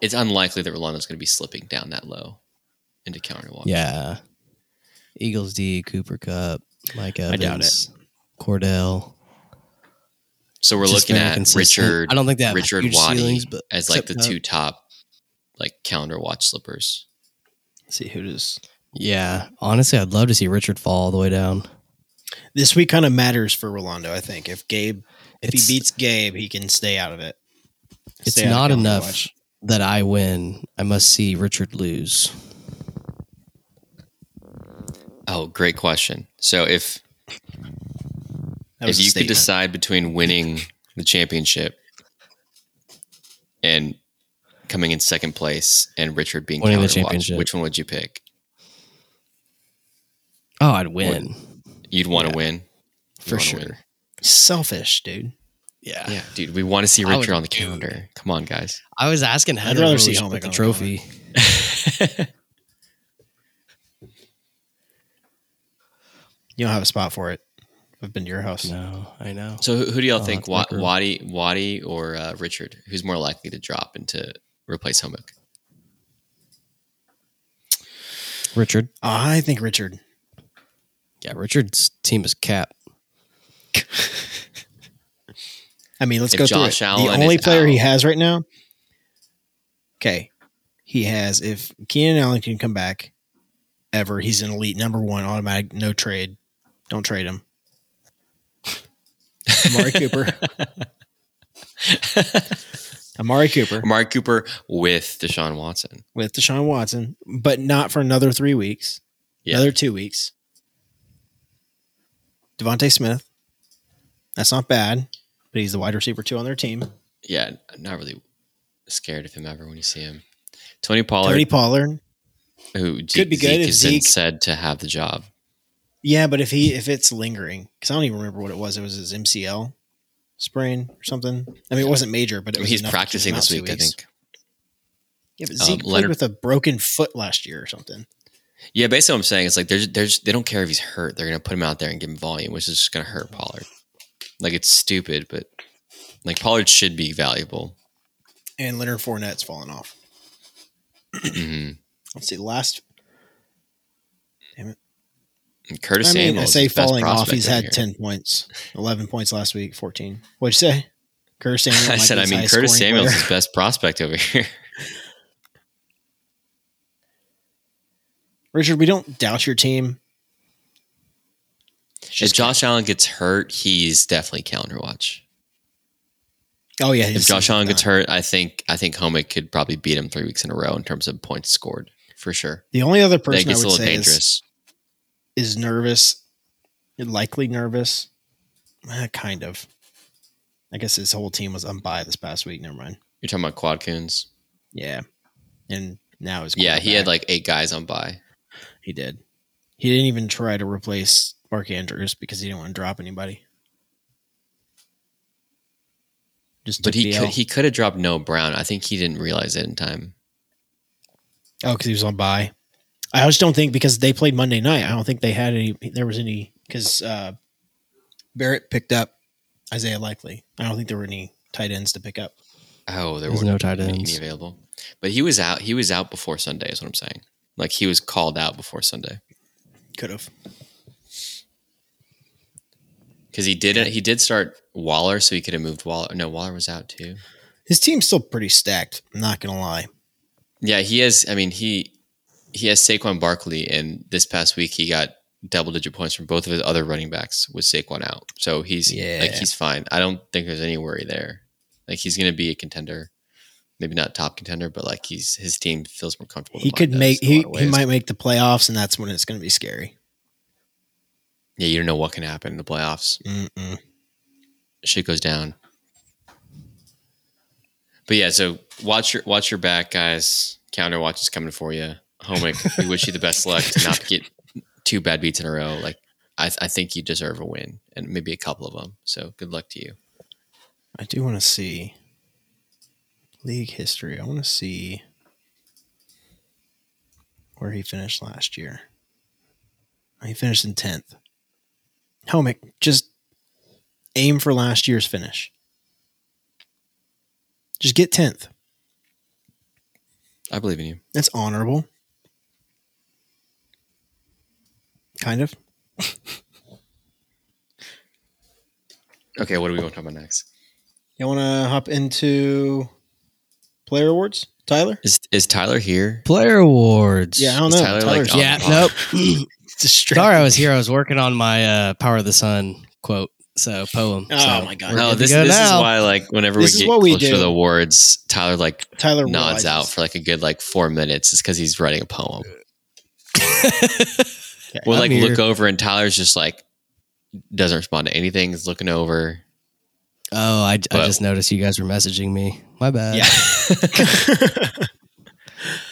it's unlikely that Rolando's going to be slipping down that low into counter walk. Yeah, Eagles D Cooper Cup, Mike Evans, doubt it. Cordell. So we're Just looking very at consistent. Richard I don't think they have Richard huge Waddy ceilings, but as like the except, uh, two top like calendar watch slippers. Let's see who does Yeah, honestly, I'd love to see Richard fall all the way down. this week kind of matters for Rolando. I think if Gabe, if It's- he beats Gabe, he can stay out of it. It's Stay out of not Calendar enough Watch. that I win. I must see Richard lose. Oh, great question. So if That if was a you statement. could decide between winning the championship and coming in second place and Richard being Winning the calendar watch, championship. which one would you pick? Oh, I'd win You'd want to win You'd for wanna sure. win. selfish, dude. Yeah. Yeah, dude, we want to see I Richard would- on the calendar. Come on, guys. I was asking Heather rather where see we should put Helmick the on the trophy. You don't have a spot for it. I've been to your house. No, I know. So who, who do y'all Oh, think that's Wa- awkward. Waddy, Waddy or uh, Richard? Who's more likely to drop and to replace Homick? Richard. I think Richard. Yeah, Richard's team is cap. I mean, let's If go Josh through it. Allen the only is player he out- has right now. Okay, he has. If Keenan Allen can come back, ever he's an elite number one automatic. No trade. Don't trade him. Amari Cooper. Amari Cooper Amari Cooper with Deshaun Watson. with Deshaun Watson, but not for another three weeks. Yeah. Another two weeks. Devontae Smith. That's not bad, but he's the wide receiver two on their team. Yeah, I'm not really scared of him ever when you see him. Tony Pollard, Tony Pollard. who Zeke, be good Zeke if has been Zeke- said to have the job. Yeah, but if he if it's lingering, because I don't even remember what it was. It was his MCL sprain or something. I mean, it wasn't major, but it was He's enough to keep practicing him out this two week, I weeks. think. Yeah, but Um, Zeke played Leonard- with a broken foot last year or something. Yeah, basically, what I'm saying is like they're they're just, they don't care if he's hurt. They're gonna put him out there and give him volume, which is just gonna hurt Pollard. Like it's stupid, but like Pollard should be valuable. And Leonard Fournette's fallen off. Mhm. Let's see, last And Curtis I mean, Samuel. I is say his best falling off. prospect He's right had here. ten points, eleven points last week, fourteen. What'd you say? Curtis Samuel. I might said, be I his mean, highest Curtis scoring Samuel's player. his best prospect over here. Richard, we don't doubt your team. if Josh Allen gets hurt, he's definitely calendar watch. Oh yeah, If Josh Allen gets hurt, I think I think Homick could probably beat him three weeks in a row in terms of points scored for sure. the only other That person I gets a would little say is, dangerous. is nervous, likely nervous, Eh, kind of. I guess his whole team was on bye this past week. Never mind. You're talking about quad coons. Yeah, and now his Yeah, he had quarterback. like eight guys on by. he did. He didn't even try to replace Mark Andrews because he didn't want to drop anybody. Just But took he the could L. he could have dropped Noah Brown. I think he didn't realize it in time. Oh, because he was on bye. I just don't think because they played Monday night. I don't think they had any. There was any because uh, Barrett picked up Isaiah Likely. I don't think there were any tight ends to pick up. Oh, there There's were no tight any ends. available. But he was out. He was out before Sunday. Is what I'm saying. Like he was called out before Sunday Could have. because he did He did start Waller, so he could have moved Waller. No, Waller was out too. His team's still pretty stacked. I'm not gonna lie. Yeah, he has. I mean, he he has Saquon Barkley, and this past week he got double digit points from both of his other running backs with Saquon out. So he's like Yeah. he's fine. I don't think there's any worry there. Like he's going to be a contender, maybe not top contender, but like he's his team feels more comfortable. He than mine could does make. in a He, lot of he ways. might make the playoffs, and that's when it's gonna be scary. Yeah, you don't know what can happen in the playoffs. Mm-mm. Shit goes down. But yeah, so watch your watch your back, guys. Counter watch is coming for you. Homick, we wish you the best luck to not get two bad beats in a row. Like I, I think you deserve a win and maybe a couple of them. So good luck to you. I do want to see league history. I want to see where he finished last year. He finished in 10th. Homick, just aim for last year's finish. Just get 10th. I believe in you. That's honorable. Kind of. Okay, what do we want to talk about next? You want to hop into player awards, Tyler? Is is Tyler here? Player awards. Yeah, I don't Is know. Tyler, like, Tyler's on- Yeah. Oh. Nope. distracted. Sorry, I was here. I was working on my uh, "Power of the Sun" quote. So poem. Oh, So my God. we're We're No, good to this, go this is now. why like whenever This is we get what we closer do. to the awards, Tyler like Tyler nods realizes. out for like a good like four minutes. It's because he's writing a poem. Okay. We'll I'm like here. look over and Tyler's just like doesn't respond to anything. He's looking over. Oh, I, I But- just noticed you guys were messaging me. My bad. yeah.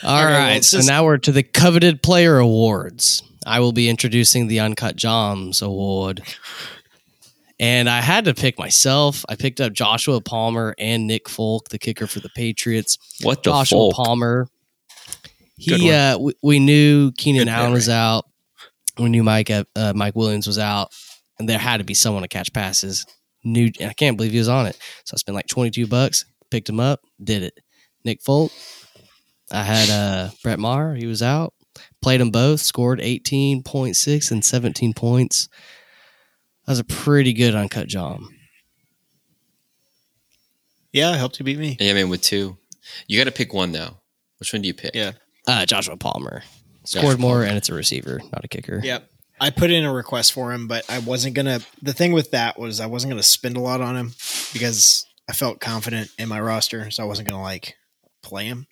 All Okay, right, well, it's so just- now we're to the coveted player awards. I will be introducing the Uncut Joms Award. And I had to pick myself. I picked up Joshua Palmer and Nick Folk, the kicker for the Patriots. What the Joshua folk? Palmer. Good He, one. uh, we, we knew Keenan Good Allen memory. was out. We knew Mike, uh, uh, Mike Williams was out, and there had to be someone to catch passes. New, I can't believe he was on it. So I spent like twenty two bucks, picked him up, did it. Nick Folk, I had uh, Brett Maher. He was out. Played them both. Scored eighteen point six and seventeen points. That was a pretty good uncut job. yeah, helped you beat me. Yeah, I mean with two. You gotta pick one though. Which one do you pick? Yeah. Uh, Joshua Palmer scored Joshua more, Palmer. and it's a receiver, not a kicker. Yep. I put in a request for him, but I wasn't gonna. The thing with that was I wasn't gonna spend a lot on him because I felt confident in my roster, so I wasn't gonna like play him.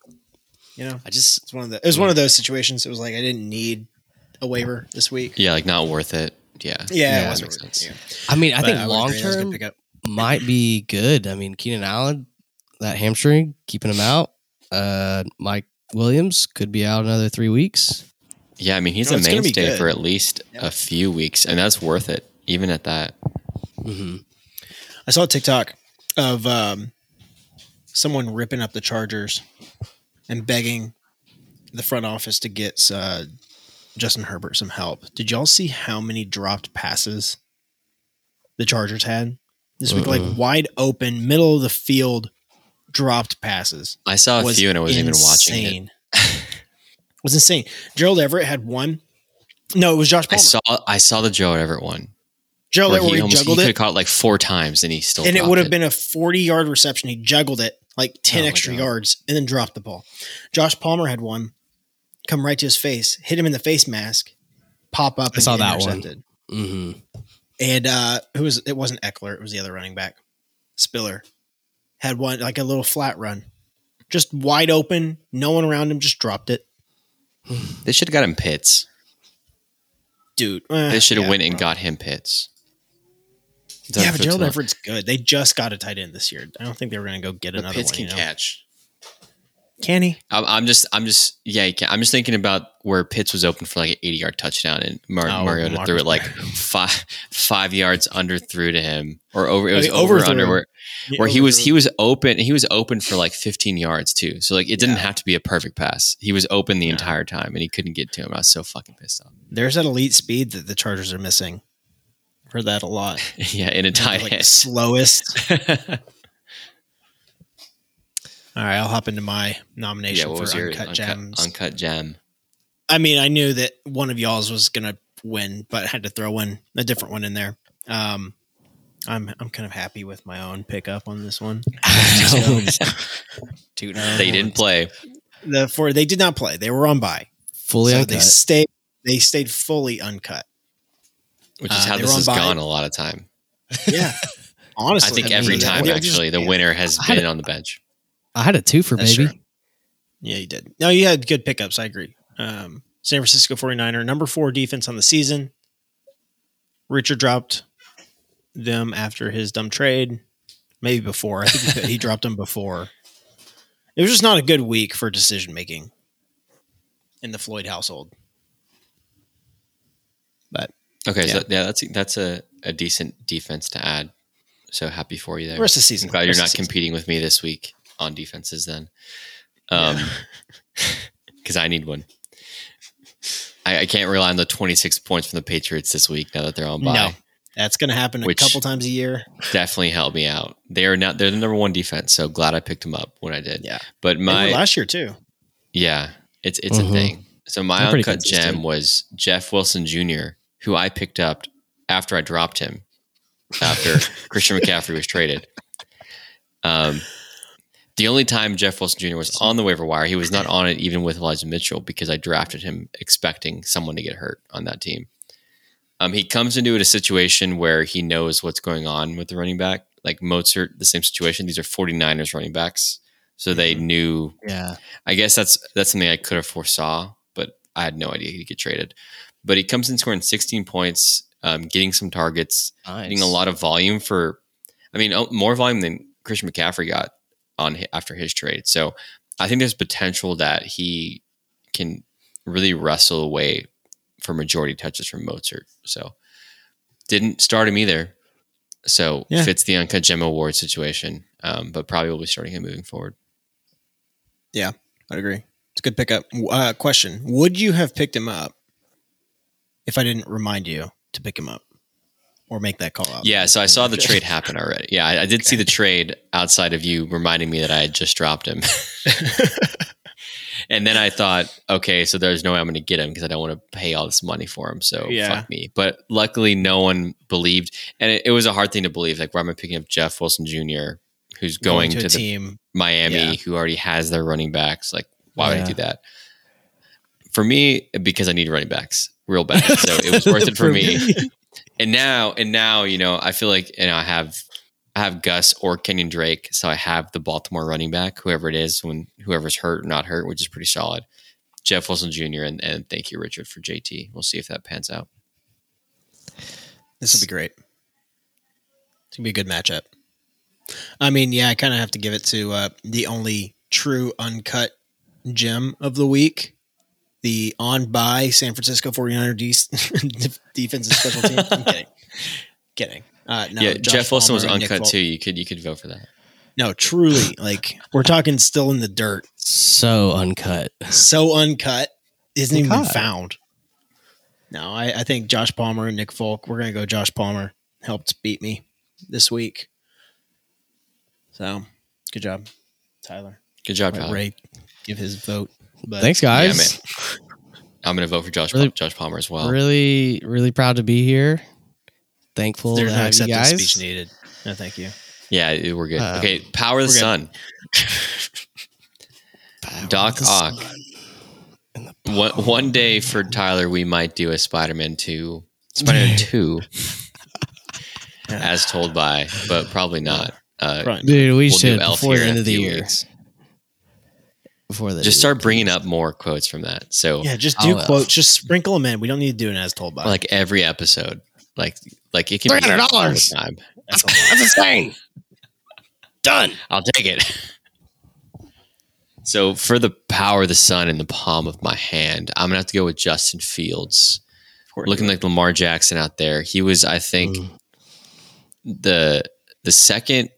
You know, I just it's one of the. It was one of those situations. It was like I didn't need a waiver this week. Yeah, like not worth it. Yeah. Yeah, Yeah, it wasn't. that makes yeah. I mean, I But think would long agree that was a good term pickup. might be good. I mean, Keenan Allen, that hamstring, keeping him out. Uh, Mike Williams could be out another three weeks. Yeah, I mean he's No, a it's gonna be mainstay good. for at least Yeah. a few weeks, and that's worth it. Even at that. hmm I saw a TikTok of um, someone ripping up the Chargers and begging the front office to get uh, Justin Herbert some help. Did y'all see how many dropped passes the Chargers had this week? Uh-uh. Like wide open, middle of the field, dropped passes. I saw a Was few and I wasn't even watching it. insane. was insane. Gerald Everett had one. No, it was Josh I Palmer. saw I saw the Joe Everett one. Gerald where Everett Oh, he, where he almost he juggled could it. have caught it like four times and he still and it dropped would have been a 40 yard reception. He juggled it like 10 Oh my extra God. yards and then dropped the ball. Josh Palmer had one come right to his face, hit him in the face mask, pop up. I and saw get that one. intercepted. hmm And uh, who was it? Wasn't Eckler, it was the other running back, Spiller. Had one like a little flat run, just wide open, no one around him, just dropped it. They should have got him Pitts. Dude, eh, They should have yeah, went and probably. got him Pitts. Yeah, but Gerald Not- Everett's good. They just got a tight end this year. I don't think they were going to go get but another Pitts one. can you know? catch. Can he? I'm, I'm just, I'm just, yeah, you can, I'm just thinking about where Pitts was open for like an 80 yard touchdown and Mar- Oh, Mariota threw Marcus it like five five yards under threw to him or over. It was Okay, over overthrew under him. where, where he was he was open. He was open for like 15 yards too. So like it didn't Yeah. have to be a perfect pass. He was open the Yeah. entire time and he couldn't get to him. I was so fucking pissed off. There's that elite speed that the Chargers are missing. Heard that a lot. yeah, in a tight Like the end. slowest. All right, I'll hop into my yeah, nomination what for was uncut, your uncut gems. Uncut gem. I mean, I knew that one of y'all's was gonna win, but I had to throw one, a different one in there. Um, I'm I'm kind of happy with my own pickup on this one. Dude, They didn't play. The four they did not play; they were on by. fully so uncut. they stayed they stayed fully uncut. which is Uh, how they this were on has bye. gone a lot of time. Yeah, honestly, I think I every mean, time they were just- actually, the winner has I had been on the bench. I had a two for That's baby. true. Yeah, you did. No, you had good pickups. I agree. Um, San Francisco 49er, number four defense on the season. Richard dropped them after his dumb trade. Maybe before. I think he, he dropped them before. It was just not a good week for decision making in the Floyd household. Okay, Yeah. so yeah, that's that's a, a decent defense to add. So happy for you there. Rest of the I'm season. glad you're Rest not of the season. competing with me this week on defenses then. Um because I need one. I, I can't rely on the 26 points from the Patriots this week now that they're on bye. No. That's going to happen a Which- couple times a year. Definitely help me out. They are not they're the number one defense, so glad I picked them up when I did. Yeah. But They were my last year, too. Yeah, it's it's Mhm. a thing. So my They're pretty uncut gem consistent. was Jeff Wilson Jr., who I picked up after I dropped him after Christian McCaffrey was traded. Um, the only time Jeff Wilson Jr. was on the waiver wire, he was not on it even with Elijah Mitchell because I drafted him expecting someone to get hurt on that team. Um, he comes into it a situation where he knows what's going on with the running back. Like Mozart, the same situation. These are 49ers running backs. So they knew Yeah. I guess that's that's something I could have foresaw, but I had no idea he'd get traded. But he comes in scoring 16 points, um, getting some targets, Nice. getting a lot of volume for, I mean, oh, more volume than Christian McCaffrey got on hi- after his trade. So I think there's potential that he can really wrestle away for majority touches from Mozart. So didn't start him either. So Yeah. fits the Uncut Gem Award situation, um, but probably will be starting him moving forward. I'd agree. It's a good pickup. Uh, question: Would you have picked him up if I didn't remind you to pick him up or make that call out? Yeah, so I saw the Okay. trade happen already. Yeah, I, I did see the trade outside of you reminding me that I had just dropped him. and then I thought, okay, so there's no way I'm going to get him because I don't want to pay all this money for him. So Yeah. fuck me. But luckily, no one believed, and it, it was a hard thing to believe. Like, why am I picking up Jeff Wilson Jr., who's going, a to, the team. Miami, Yeah. who already has their running backs? Like, why would I Yeah. do that? For me, because I need running backs real bad. So it was worth it for me and now and now you know i feel like you know i have i have gus or kenyon drake so i have the baltimore running back whoever it is when whoever's hurt or not hurt which is pretty solid jeff wilson jr and, and thank you richard for jt we'll see if that pans out This would be great. It's gonna be a good matchup. I mean, yeah, I kind of have to give it to uh, the only true uncut gem of the week, the on by San Francisco 49er de- defense and special team. I'm kidding. Kidding. Uh, no, yeah Josh jeff wilson was Palmer and Nick uncut Folk- too you could you could vote for that No, truly, like we're talking still in the dirt. So uncut. So uncut, isn't even been Uncut. found. No, I, I think Josh Palmer and Nick Folk. We're gonna go. Josh Palmer helped beat me this week. So good job, Tyler. good job Let Tyler. Ray give his vote. But Thanks, yeah guys. man i'm gonna vote for josh Really- josh palmer as well Really, really proud to be here. Thankful There's to no have you acceptance guys. speech needed. No, thank you. yeah we're good Um, okay power of the we're good. sun Doc The Ock. sun and the one, one day for Tyler, we might do a Spider-Man two, Spider-Man two, as told by, but probably not. Uh, Front. Dude, we we'll should do Elf before here the in end a of the few year. weeks. Before the Just start bringing up more quotes from that. So, Yeah, just do I'll, uh, quotes. Just sprinkle them in. We don't need to do an as told by. like every episode, like like it can be $300 all the time. That's all. That's insane. Done. I'll take it. So for the power of the sun in the palm of my hand, I'm gonna have to go with Justin Fields, looking like Lamar Jackson out there. He was, I think, the the second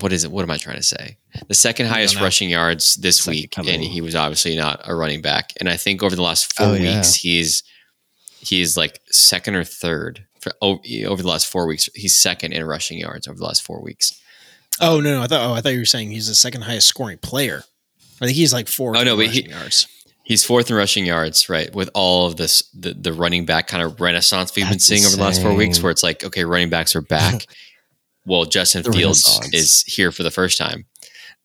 what is it what am i trying to say the second don't highest know. rushing yards this Second week coming. and he was obviously not a running back and i think over the last four Oh, yeah. weeks he's he's like second or third for, over, over the last four weeks he's second in rushing yards over the last four weeks Oh no, no, I thought. Oh, I thought you were saying he's the second highest scoring player. I think he's like four. Oh, no, but he- yards. he's fourth in rushing yards right with all of this the, the running back kind of renaissance we've been That's seeing over the last four weeks insane. where it's like okay running backs are back well, Justin The Fields Renaissance. is here for the first time.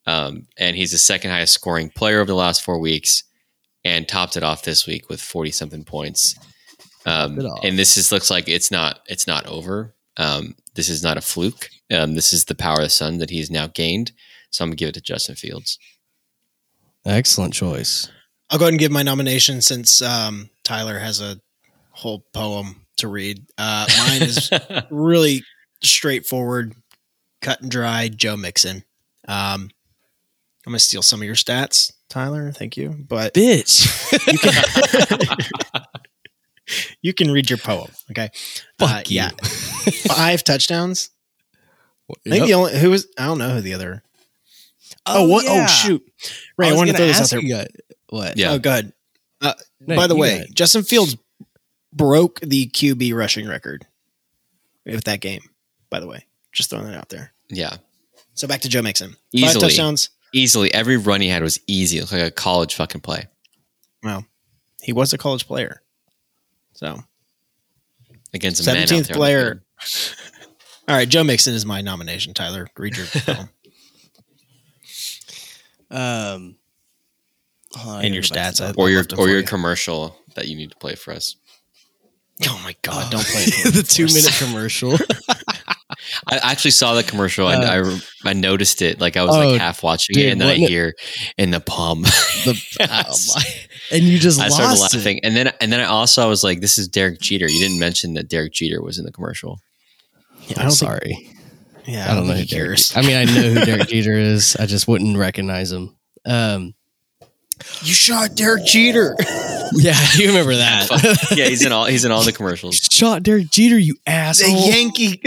Um, and he's the second highest scoring player over the last four weeks and topped it off this week with 40 something points. Um, Topped it off. and this is looks like it's not it's not over. Um, this is not a fluke. Um, this is the power of the sun that he's now gained. So I'm gonna give it to Justin Fields. Excellent choice. I'll go ahead and give my nomination since um, Tyler has a whole poem to read. Uh, mine is really straightforward, cut and dry. Joe Mixon. Um, I'm gonna steal some of your stats, Tyler. Thank you, but Bitch. you can, you can read your poem. Okay, Uh, Fuck you. yeah. five touchdowns. I think the only who was I don't know who the other. Oh, what? Oh shoot, Ray, I, was wanted gonna to throw this out ask there. you guys- What? Yeah. Oh, good. No, By the you way, guys. Justin Fields broke the QB rushing record with that game. By the way, just throwing that out there. yeah. So back to Joe Mixon. Five Easily. touchdowns. Easily. Every run he had was easy. It looked like a college fucking play. Wow, he was a college player. So Against a man out seventeenth there on the player. field. All right, Joe Mixon is my nomination. Tyler, read your column Um, hold on, I and gotta your go back stats. to I that. or your left them or for your you. commercial that you need to play for us. Oh my god! Oh. Don't play it. the two minute commercial. I actually saw the commercial and Uh, I re- I noticed it like I was oh, like half watching dude, it and then I wasn't it- hear in the palm. the, oh my, and you just I started lost laughing it. and then and then I also I was like, this is Derek Jeter. You didn't mention that Derek Jeter was in the commercial. Yeah, I'm sorry. yeah, I don't, know who think he Derek. cares. I mean, I know who Derek Jeter is. I just wouldn't recognize him. Um, You shot Derek Jeter. yeah, you remember that? Fuck. yeah, he's in all he's in all the commercials. Shot Derek Jeter, you The asshole! Yankee.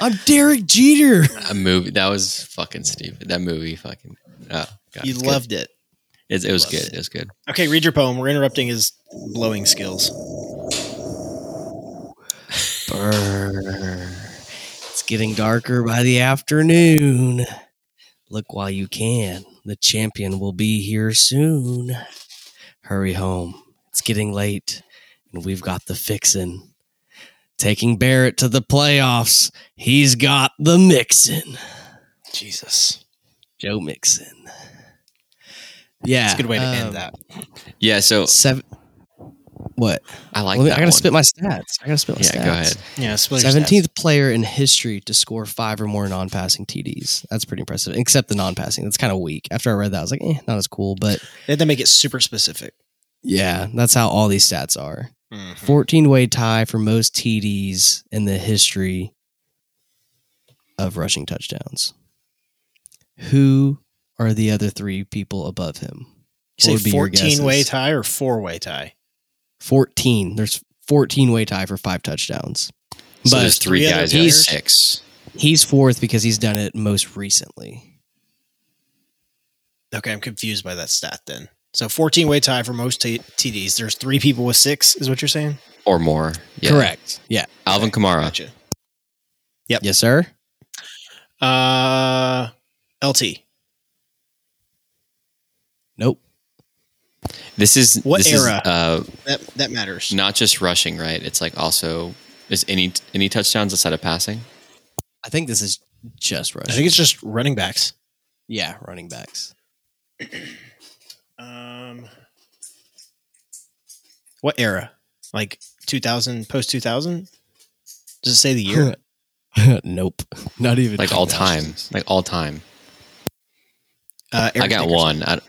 I'm Derek Jeter. A movie that was fucking stupid. That movie fucking oh god. You it's good. loved it. it. It was loved good. it. It was good. Okay, read your poem. We're interrupting his blowing skills. Brr. It's getting darker by the afternoon. Look while you can. The champion will be here soon. Hurry home. It's getting late, and we've got the fixin'. Taking Barrett to the playoffs. He's got the mixin'. Jesus, Joe Mixon. Yeah. it's a good way to um, end that. Yeah, so Seven. What? I like Let me- that I gotta one. spit my stats. I gotta spit my Yeah, stats. go ahead. Yeah, seventeenth. Seventeenth player in history to score five or more non-passing TDs. That's pretty impressive. Except the non-passing, that's kind of weak. After I read that, I was like, eh, not as cool. But They had to make it super specific. yeah, that's how all these stats are. Mm-hmm. Fourteen-way tie for most TDs in the history of rushing touchdowns. Who are the other three people above him? What You would say be your fourteen way guesses? tie or four way tie? Fourteen. There's fourteen-way tie for five touchdowns. So But there's three three other guys. players? He's six. he's fourth because he's done it most recently. Okay, I'm confused by that stat then. So fourteen way tie for most t- TDs. There's three people with six, is what you're saying? Or more. Yeah. Correct. Yeah. Alvin Kamara. Gotcha. Yes, sir. Uh, LT. Nope. This is What this is, era? uh, That that matters. not just rushing, right? It's like also is any any touchdowns outside of passing. I think this is just rushing. I think it's just running backs. yeah, running backs. Um, what era? Like 2000, post 2000? Does it say the year? nope. Not even Like all time, like all time. Uh, Eric I got Dickerson. one. I,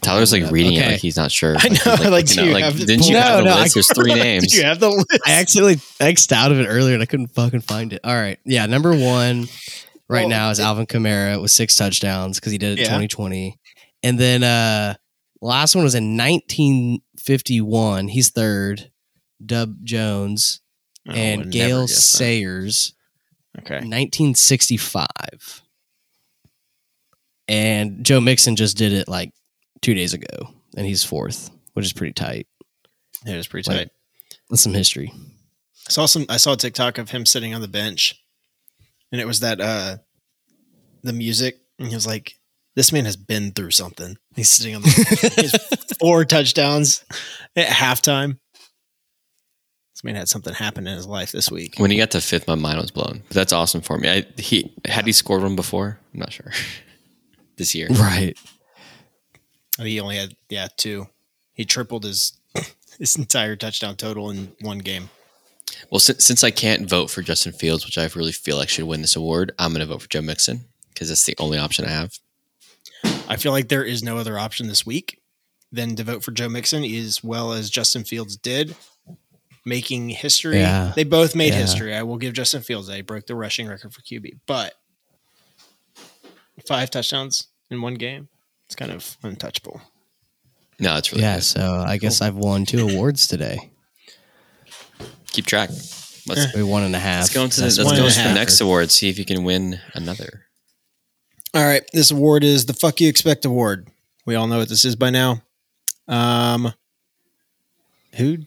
Tyler's like reading it Okay. like he's not sure. I he's, know, like, do you you like have the- didn't you No, have a no, I- list? There's three names. Do you have the list? I accidentally X'd out of it earlier and I couldn't fucking find it. All right. Yeah, number one right Well, now is Alvin Kamara with six touchdowns because he did it in Yeah. 2020. And then uh last one was in 1951. He's third. Dub Jones I and would Oh, never Gail guess that. Sayers. Okay. 1965. And Joe Mixon just did it like two days ago, and he's fourth, which is pretty tight. It was pretty tight. Like- That's some history. I saw some. I saw a TikTok of him sitting on the bench, and it was that uh, the music, and he was like, "This man has been through something." He's sitting on the he has four touchdowns at halftime. This man had something happen in his life this week. When he got to fifth, my mind was blown. But that's awesome for me. I, he had he scored one before. I'm not sure. this year. Right. I mean, Oh, he only had yeah two. He tripled his his entire touchdown total in one game. Well, since, since I can't vote for Justin Fields, which I really feel like should win this award, I'm going to vote for Joe Mixon because that's the only option I have. I feel like there is no other option this week than to vote for Joe Mixon, as well as Justin Fields did, making history. Yeah. They both made Yeah. history. I will give Justin Fields that he broke the rushing record for QB, but five touchdowns in one game. It's kind of untouchable. No, it's really yeah. good. So I guess I've won two awards today. Keep track. Let's, Maybe one and a half. let's go into the, That's let's one and go a into the half. next award. See if you can win another. All right, this award is the "Fuck You Expect" award. We all know what this is by now. Um, who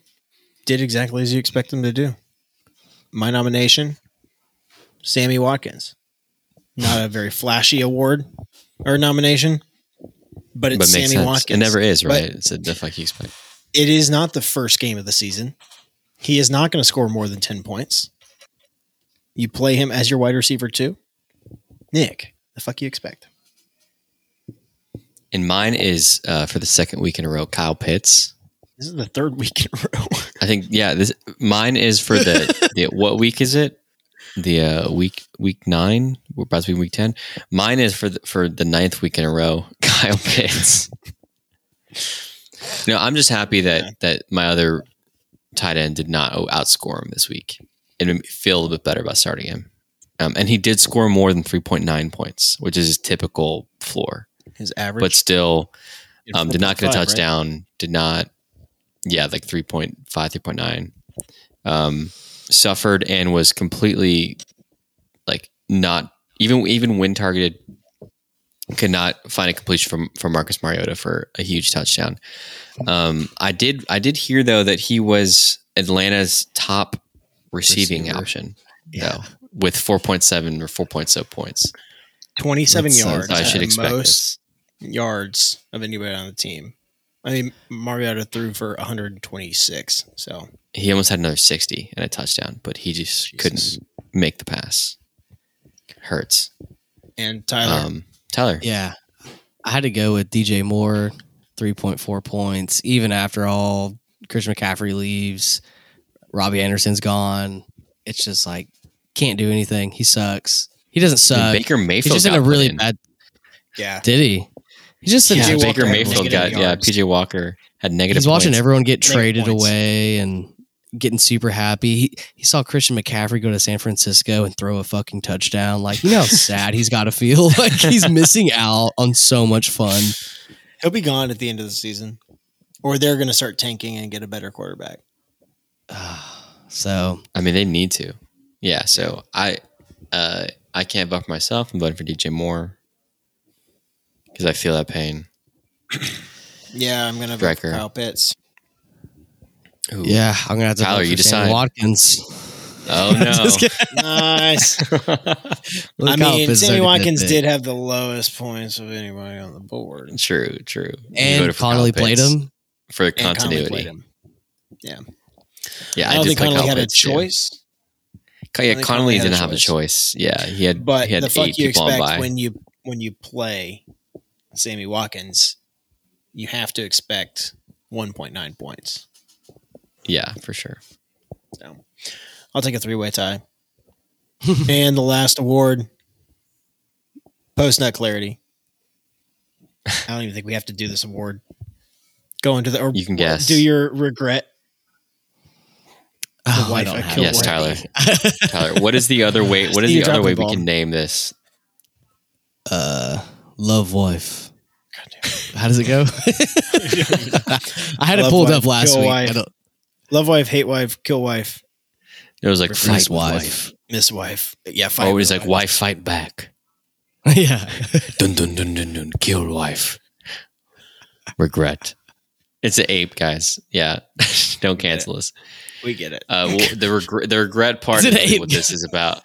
did exactly as you expect them to do? My nomination, Sammy Watkins. Not a very flashy award or nomination, but it's but makes Sammy sense. Watkins. It never is, But- right? it's a the fuck you expect. It is not the first game of the season. He is not going to score more than 10 points. You play him as your wide receiver, too. Nick, the fuck you expect? And mine is uh, for the second week in a row, Kyle Pitts. This is the third week in a row. I think yeah, this mine is for the, the what week is it? The uh, week week nine, we're about to be week ten. Mine is for the, for the ninth week in a row, Kyle Pitts. no, I'm just happy that that my other tight end did not outscore him this week. It made me feel a little bit better about starting him, um, and he did score more than 3.9 points, which is his typical floor. His average. But still, He um, did not 4.5, get a right? touchdown. Did not, yeah, like 3.5, 3.9. Um, suffered and was completely like not even even when targeted, could not find a completion from from Marcus Mariota for a huge touchdown. Um, I did I did hear though that he was Atlanta's top receiving Receiver. option. Yeah. though, with 4.7 or 4.0 points. 27 That's- yards. I at should the expect most yards of anybody on the team. I mean, Mariota threw for 126. So he almost had another 60 and a touchdown, but he just Jesus. couldn't make the pass. Hurts. and Tyler, Um, Tyler, Yeah. I had to go with DJ Moore, 3.4 points, even after all Chris McCaffrey leaves, Robbie Anderson's gone. It's just like, can't do anything. He sucks. uh, He doesn't and suck. Baker He's Mayfield just in got a put really in. bad. yeah, Did he? He's just in Yeah, PJ a Baker Walker had Mayfield negative got yeah. yards. PJ Walker had negative. He's watching points. everyone get Negative traded points. away and getting super happy. He, he saw Christian McCaffrey go to San Francisco and throw a fucking touchdown. Like, you know how sad he's got to feel. Like, he's missing out on so much fun. he'll be gone at the end of the season, or they're going to start tanking and get a better quarterback. So, I mean, they need to. Yeah. So I, uh, I can't vote for myself. I'm voting for DJ Moore because I feel that pain. Yeah, I'm going to vote for Striker. Kyle Pitts. Ooh. yeah, I'm going to have to Tyler, vote for you Sammy decide. Watkins. Oh no. Nice. I Look how mean, bizarre Sammy that Watkins is. did have the lowest points of anybody on the board. true. True. You voted And for Kyle Connolly played Pitts him. for And Conley continuity. played him. Yeah, I don't did think play Conley Kyle had a Pitts, yeah. choice, Co- Yeah, Conley Connolly Conley had a didn't have a choice. Yeah, he had. but he had the fuck eight you people on expect bye. when you when you play Sammy Watkins, you have to expect 1.9 points. yeah, for sure. So I'll take a three way tie. and the last award, post nut clarity. I don't even think we have to do this award. Go into the or You can guess. do your regret. Oh, wife I don't of have yes, Kilgore. Tyler. Tyler, what is the other way? What is You the other dropped way the we ball. can name this? Uh, love wife. How does it go? I had it Love pulled wife, up last kill week. wife. I don't, Love wife, hate wife, kill wife, It was like Fight fight. with wife. miss wife. Yeah, fight. Oh, it was with like why fight back? yeah. Dun dun dun dun dun. Kill wife. Regret. It's an ape, guys. Yeah, don't cancel us. We get it. Uh, well, the regret, the regret part Is is it an what ape? this is about,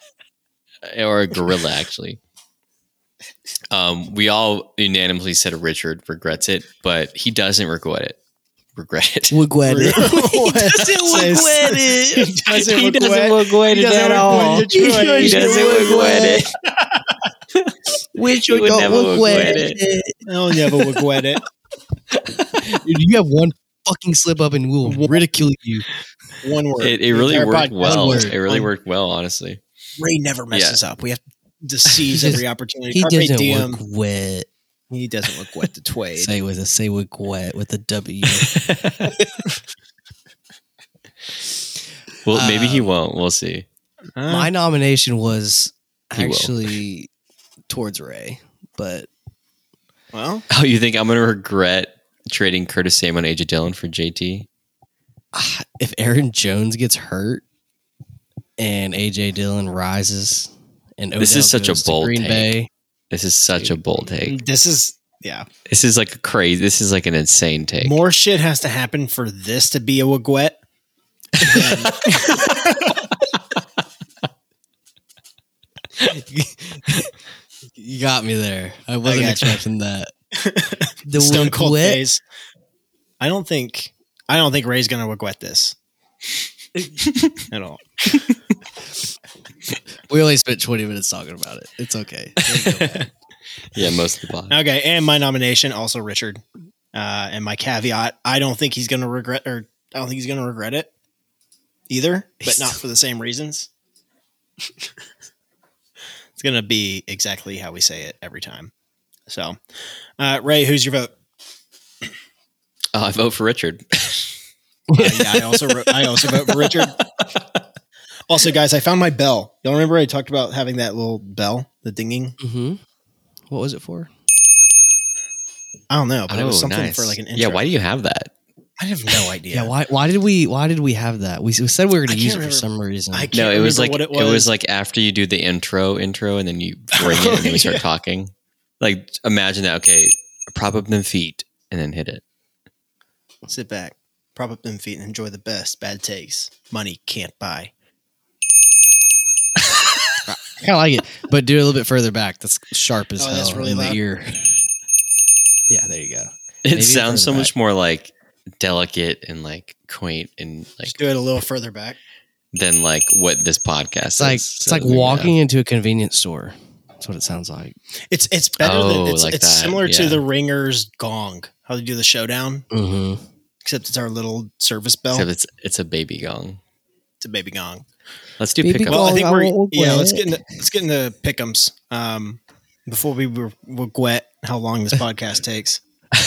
or a gorilla actually. Um, we all unanimously said Richard regrets it, but he doesn't regret it. Regret it. Wigwet. He doesn't wet it. doesn't he doesn't regret- look good he doesn't at regret all. your choice. He doesn't He regret it. Which you would don't never look wet. wet I'll never regret it. You have one fucking slip up and we will ridicule you. One word. It, it The really entire podcast worked well. was It really one- worked well, honestly. Ray never messes up. We have to seize He just- every opportunity. He Carpe doesn't diem. look wet. He doesn't look wet to twade. Say with a say wigwet with a W. Well, maybe he uh, Um, won't. We'll see. Huh? My nomination was Uh-huh. He will. actually towards Ray, but well, Oh, you think I'm going to regret trading Curtis Samuel and AJ Dillon for JT? ah, if Aaron Jones gets hurt and AJ Dillon rises and Odell This is such a goes to bold Green take. Bay, This is such a bold take. this is yeah. This is like a crazy. This is like an insane take. More shit has to happen for this to be a wagwet. you got me there. I wasn't got you. expecting that. The Stone cold wigwet- phase. I don't think I don't think Ray's gonna regret this at all. We only spent 20 minutes talking about it. It's okay. yeah, most of the pod. Okay, and my nomination also Richard. Uh, and my caveat: I don't think he's gonna regret, or I don't think he's gonna regret it either, but not for the same reasons. it's gonna be exactly how we say it every time. So, uh, Ray, who's your vote? Uh, I vote for Richard. Uh, yeah, I also wrote, I also vote for Richard. Also, guys, I found my bell. Y'all remember I talked about having that little bell, the dinging? mm-hmm. What was it for? I don't know, but it was Oh, something nice. for like an intro. Yeah, why do you have that? I have no idea. Yeah. why? Why did we? Why did we have that? We, s- we said we were I going to can't use it for remember. some reason. I can't No, it was like remember it what was. like after you do the intro intro and then you ring it and then we start Yeah. talking. Like imagine that, okay, prop up them feet and then hit it. Sit back, prop up them feet, and enjoy the best bad takes money can't buy. kind of like it, but do it a little bit further back. That's sharp as Oh, hell that's really in loud. the ear. yeah, there you go. It Maybe sounds so further much more like delicate and like quaint and like Just do it a little further back. than like what this podcast It's is. like it's So like maybe not. walking into a convenience store. That's what it sounds like. It's it's better Oh, than it's, like it's that, similar yeah. to the ringer's gong. How they do the showdown, Mm-hmm. except it's our little service bell. Except it's it's a baby gong. It's a baby gong. Let's do Baby pickup. Well, I Well, think I we're won't yeah. regret Let's it. get into let's get into pickums. Um, before we re- regret how long this podcast takes.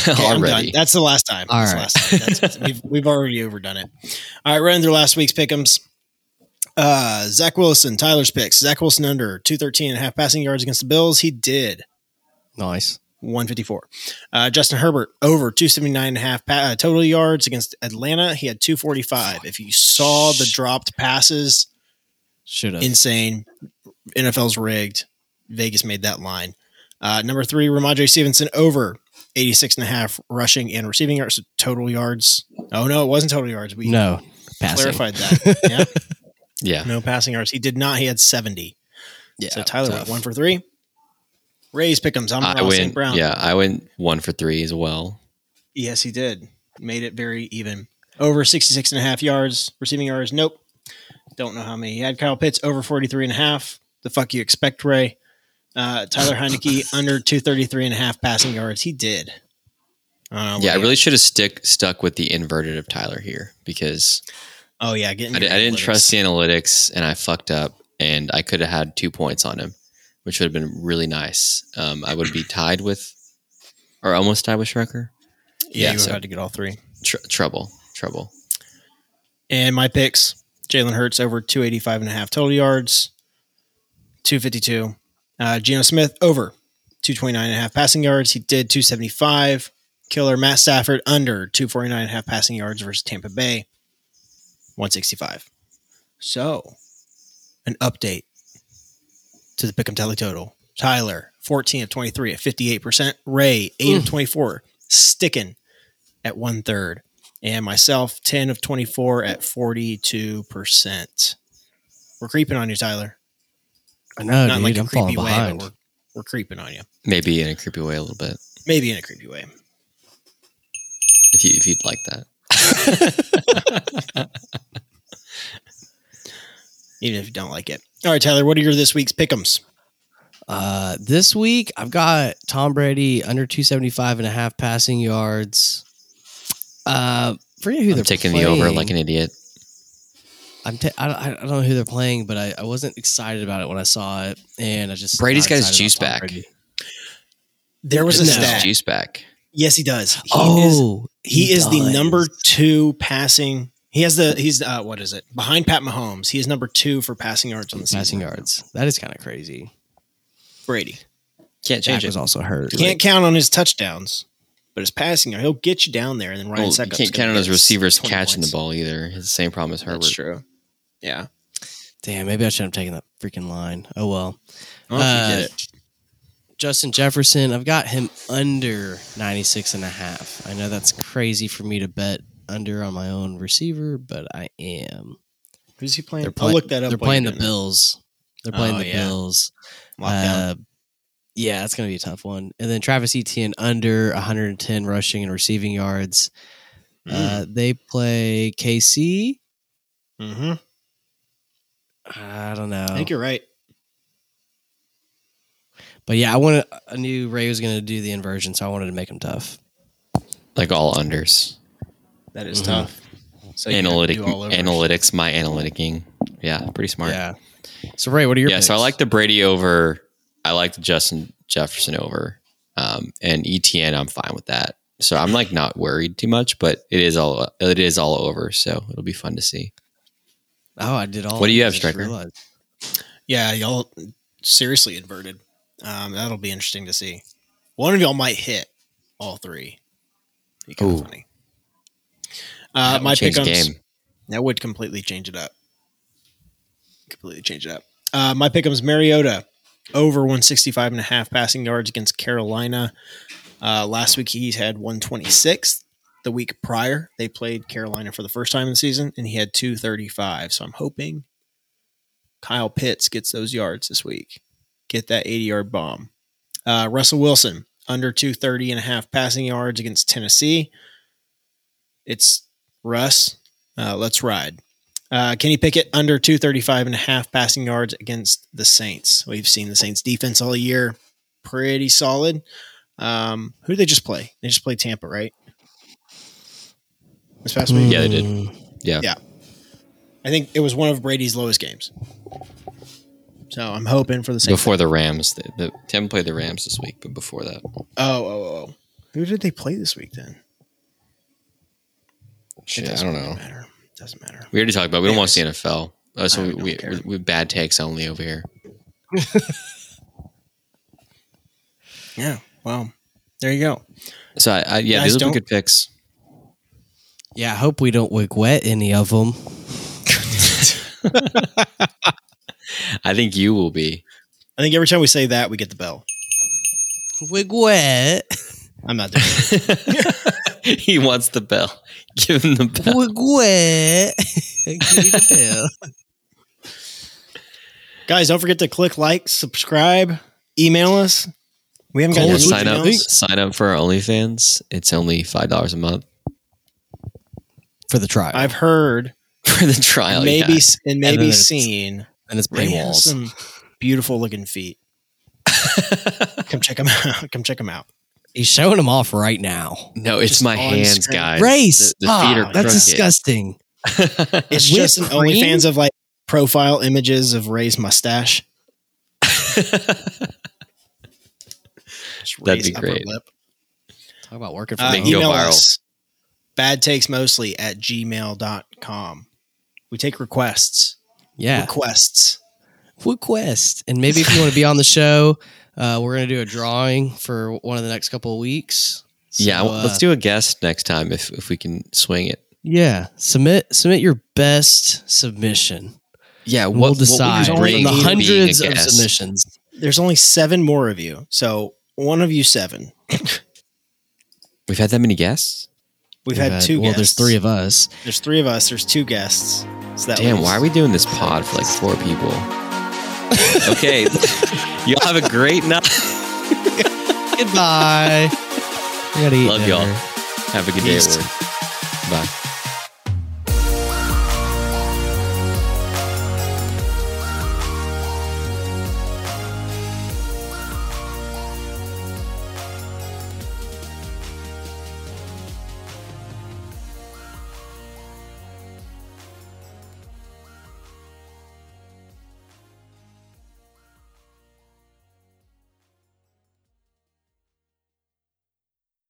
Okay, I'm done. already. That's the last time. All That's the right. last time. That's- we've, we've already overdone it. All right, we're into last week's pickums. Uh, Zach Wilson, Tyler's picks. Zach Wilson under 213 and a half passing yards against the Bills. He did Nice. 154. Uh, Justin Herbert over 279 and a half pa- uh, total yards against Atlanta. He had 245. If you saw the dropped passes, Should have. insane. NFL's rigged. Vegas made that line. Uh, number three, Ramondre Stevenson over 86 and a half rushing and receiving yards, so total yards. Oh, no, it wasn't total yards. We No passing. clarified that. yeah, Yeah. no passing yards. He did not. He had 70. Yeah. so Tyler tough. went one for three. Ray's pickums. I'm I Ross St. went Brown. yeah, I went one for three as well. Yes, he did. Made it very even. Over 66 and a half yards, receiving yards. Nope. Don't know how many he had. Kyle Pitts over 43 and a half. The fuck you expect, Ray? Uh, Tyler Heineke under 233 and a half passing yards. He did. Uh, Yeah, I like- really should have stick stuck with the inverted of Tyler here because Oh, yeah. Getting I, di- your I didn't analytics. trust the analytics and I fucked up and I could have had two points on him, which would have been really nice. Um, I would be tied with or almost tied with Schrecker. Yeah, yeah, you were so- about to get all three. Tr- trouble, trouble. And my picks Jalen Hurts over 285 and a half total yards, 252. Uh, Geno Smith over 229 and a half passing yards. He did 275. Killer Matt Stafford under 249 and a half passing yards versus Tampa Bay, 165. So, an update to the Pick'em Tally total. Tyler, 14 of 23 at 58%. Ray, 8 of 24, sticking at one third and myself 10 of 24 at 42%. We're creeping on you, Tyler. I Oh, know, Not dude. in like a I'm creepy falling way, behind. but we're, we're creeping on you. Maybe in a creepy way a little bit. Maybe in a creepy way. If you if you'd like that. Even if you don't like it. All right, Tyler, what are your this week's pick'ems? Uh, this week I've got Tom Brady under 275 and a half passing yards. Uh, forget who I'm they're taking playing. the over like an idiot. I'm ta- I, don't, I don't know who they're playing, but I, I wasn't excited about it when I saw it, and I just Brady's not got his excited about juice Tom back. Brady. There was a No. stat. Juice back. Yes, he does. He is, oh, he is the does. number two passing. He has the, he's, uh, what is it? Behind Pat Mahomes. He is number two for passing yards on the season. passing yards. That is kind of crazy. Brady. Jack Can't change was it. also hurt. Can't count on his touchdowns, but his passing yard, he'll get you down there. And then Ryan Well, you Seckup can't count on his receivers catching the ball either. It's the same problem as Herbert. That's true. Yeah. Damn, maybe I should have taken that freaking line. Oh well. Well, he Uh, did it. Justin Jefferson, I've got him under 96 and a half. I know that's crazy for me to bet under on my own receiver, but I am. Who's he playing? They're I'll playing- look that up. They're while you're playing the doing that. Bills. They're playing Oh, the yeah. Bills. Lockdown. Uh, yeah, it's going to be a tough one. And then Travis Etienne under 110 rushing and receiving yards. Mm. Uh, they play KC. hmm I don't know. I think you're right. But yeah, I wanted. I knew Ray was going to do the inversion, so I wanted to make him tough. Like all unders. That is Mhm. tough. So you have to Analytic do all over. analytics, my analyticing. Yeah, pretty smart. Yeah, Yeah. So Ray, what are your? so I picks? like the Brady over. I like the Justin Jefferson over. Um, and ETN, I'm fine with that. So I'm like not worried too much, but it is all it is all over. So it'll be fun to see. Oh, I did all. What do of you it, have, I just Stryker? realized. Yeah, y'all seriously inverted. Um, that'll be interesting to see. One of y'all might hit all three. Be kind Ooh. of funny. Uh, That my would pick change the game. That would completely change it up. Completely change it up. Uh, my pick'em's Mariota over 165 and a half passing yards against Carolina. Uh, last week he had 126. The week prior they played Carolina for the first time in the season and he had 235. So I'm hoping Kyle Pitts gets those yards this week. Get that 80 yard bomb. Uh, Russell Wilson under 230 and a half passing yards against Tennessee. It's Russ. Uh, let's ride. Uh, Kenny Pickett under 235 and a half passing yards against the Saints. We've seen the Saints defense all year. Pretty solid. Um, who did they just play? They just played Tampa, right? This past week? Yeah, they did. Mm. Yeah. Yeah. I think it was one of Brady's lowest games. So I'm hoping for the Saints. Before the Rams, the, the Tim played the Rams this week, but before that, Oh, oh, oh. Who did they play this week then? shit, I doesn't don't really know. Matter. Doesn't matter. We already talked about. It. We don't want to see Anyways. NFL. Uh, so I we, don't we, care. we, we bad takes only over here. Yeah. Well, there you go. So I, I yeah, Guys, these are don't- good picks. Yeah, I hope we don't wig wet any of them. I think you will be. I think every time we say that, we get the bell. Wig wet. I'm not doing it. he wants the bell. Give him the bell. Wig wet. Give me the bell. Guys, don't forget to click like, subscribe, email us. We haven't got Yeah, any sign up. emails. Sign up for our OnlyFans. It's only five dollars a month for the trial. I've heard, for the trial. maybe, yeah. s and And then maybe it's- seen. and it's Ray paywalls. has some beautiful looking feet. Come check them out. Come check them out. He's showing them off right now. no, it's just my on hands, screen. guys. Race. The, the feet are Ah, that's crooked. disgusting. It's Whipped just an cream? OnlyFans of like profile images of Ray's mustache. Just That'd Ray's be upper great. lip. Talk about working for Uh, Make it go email viral. us bad takes mostly at gmail.com. We take requests. Yeah. Requests. Request. And maybe if you want to be on the show, uh, we're going to do a drawing for one of the next couple of weeks. So, yeah, well, uh, let's do a guest next time if if we can swing it. Yeah. Submit submit your best submission. Yeah, And we'll what, decide What would bring you from the bring to being a hundreds of guest? submissions. There's only seven more of you. So one of you seven. We've had that many guests. We've, had, two Well, guests. there's three of us. there's three of us. There's two guests. So that Damn, leaves- why are we doing this pod for like four people? okay, y'all have a great night. Goodbye. We gotta eat Love y'all. dinner. Have a good day at Peace. work. Bye.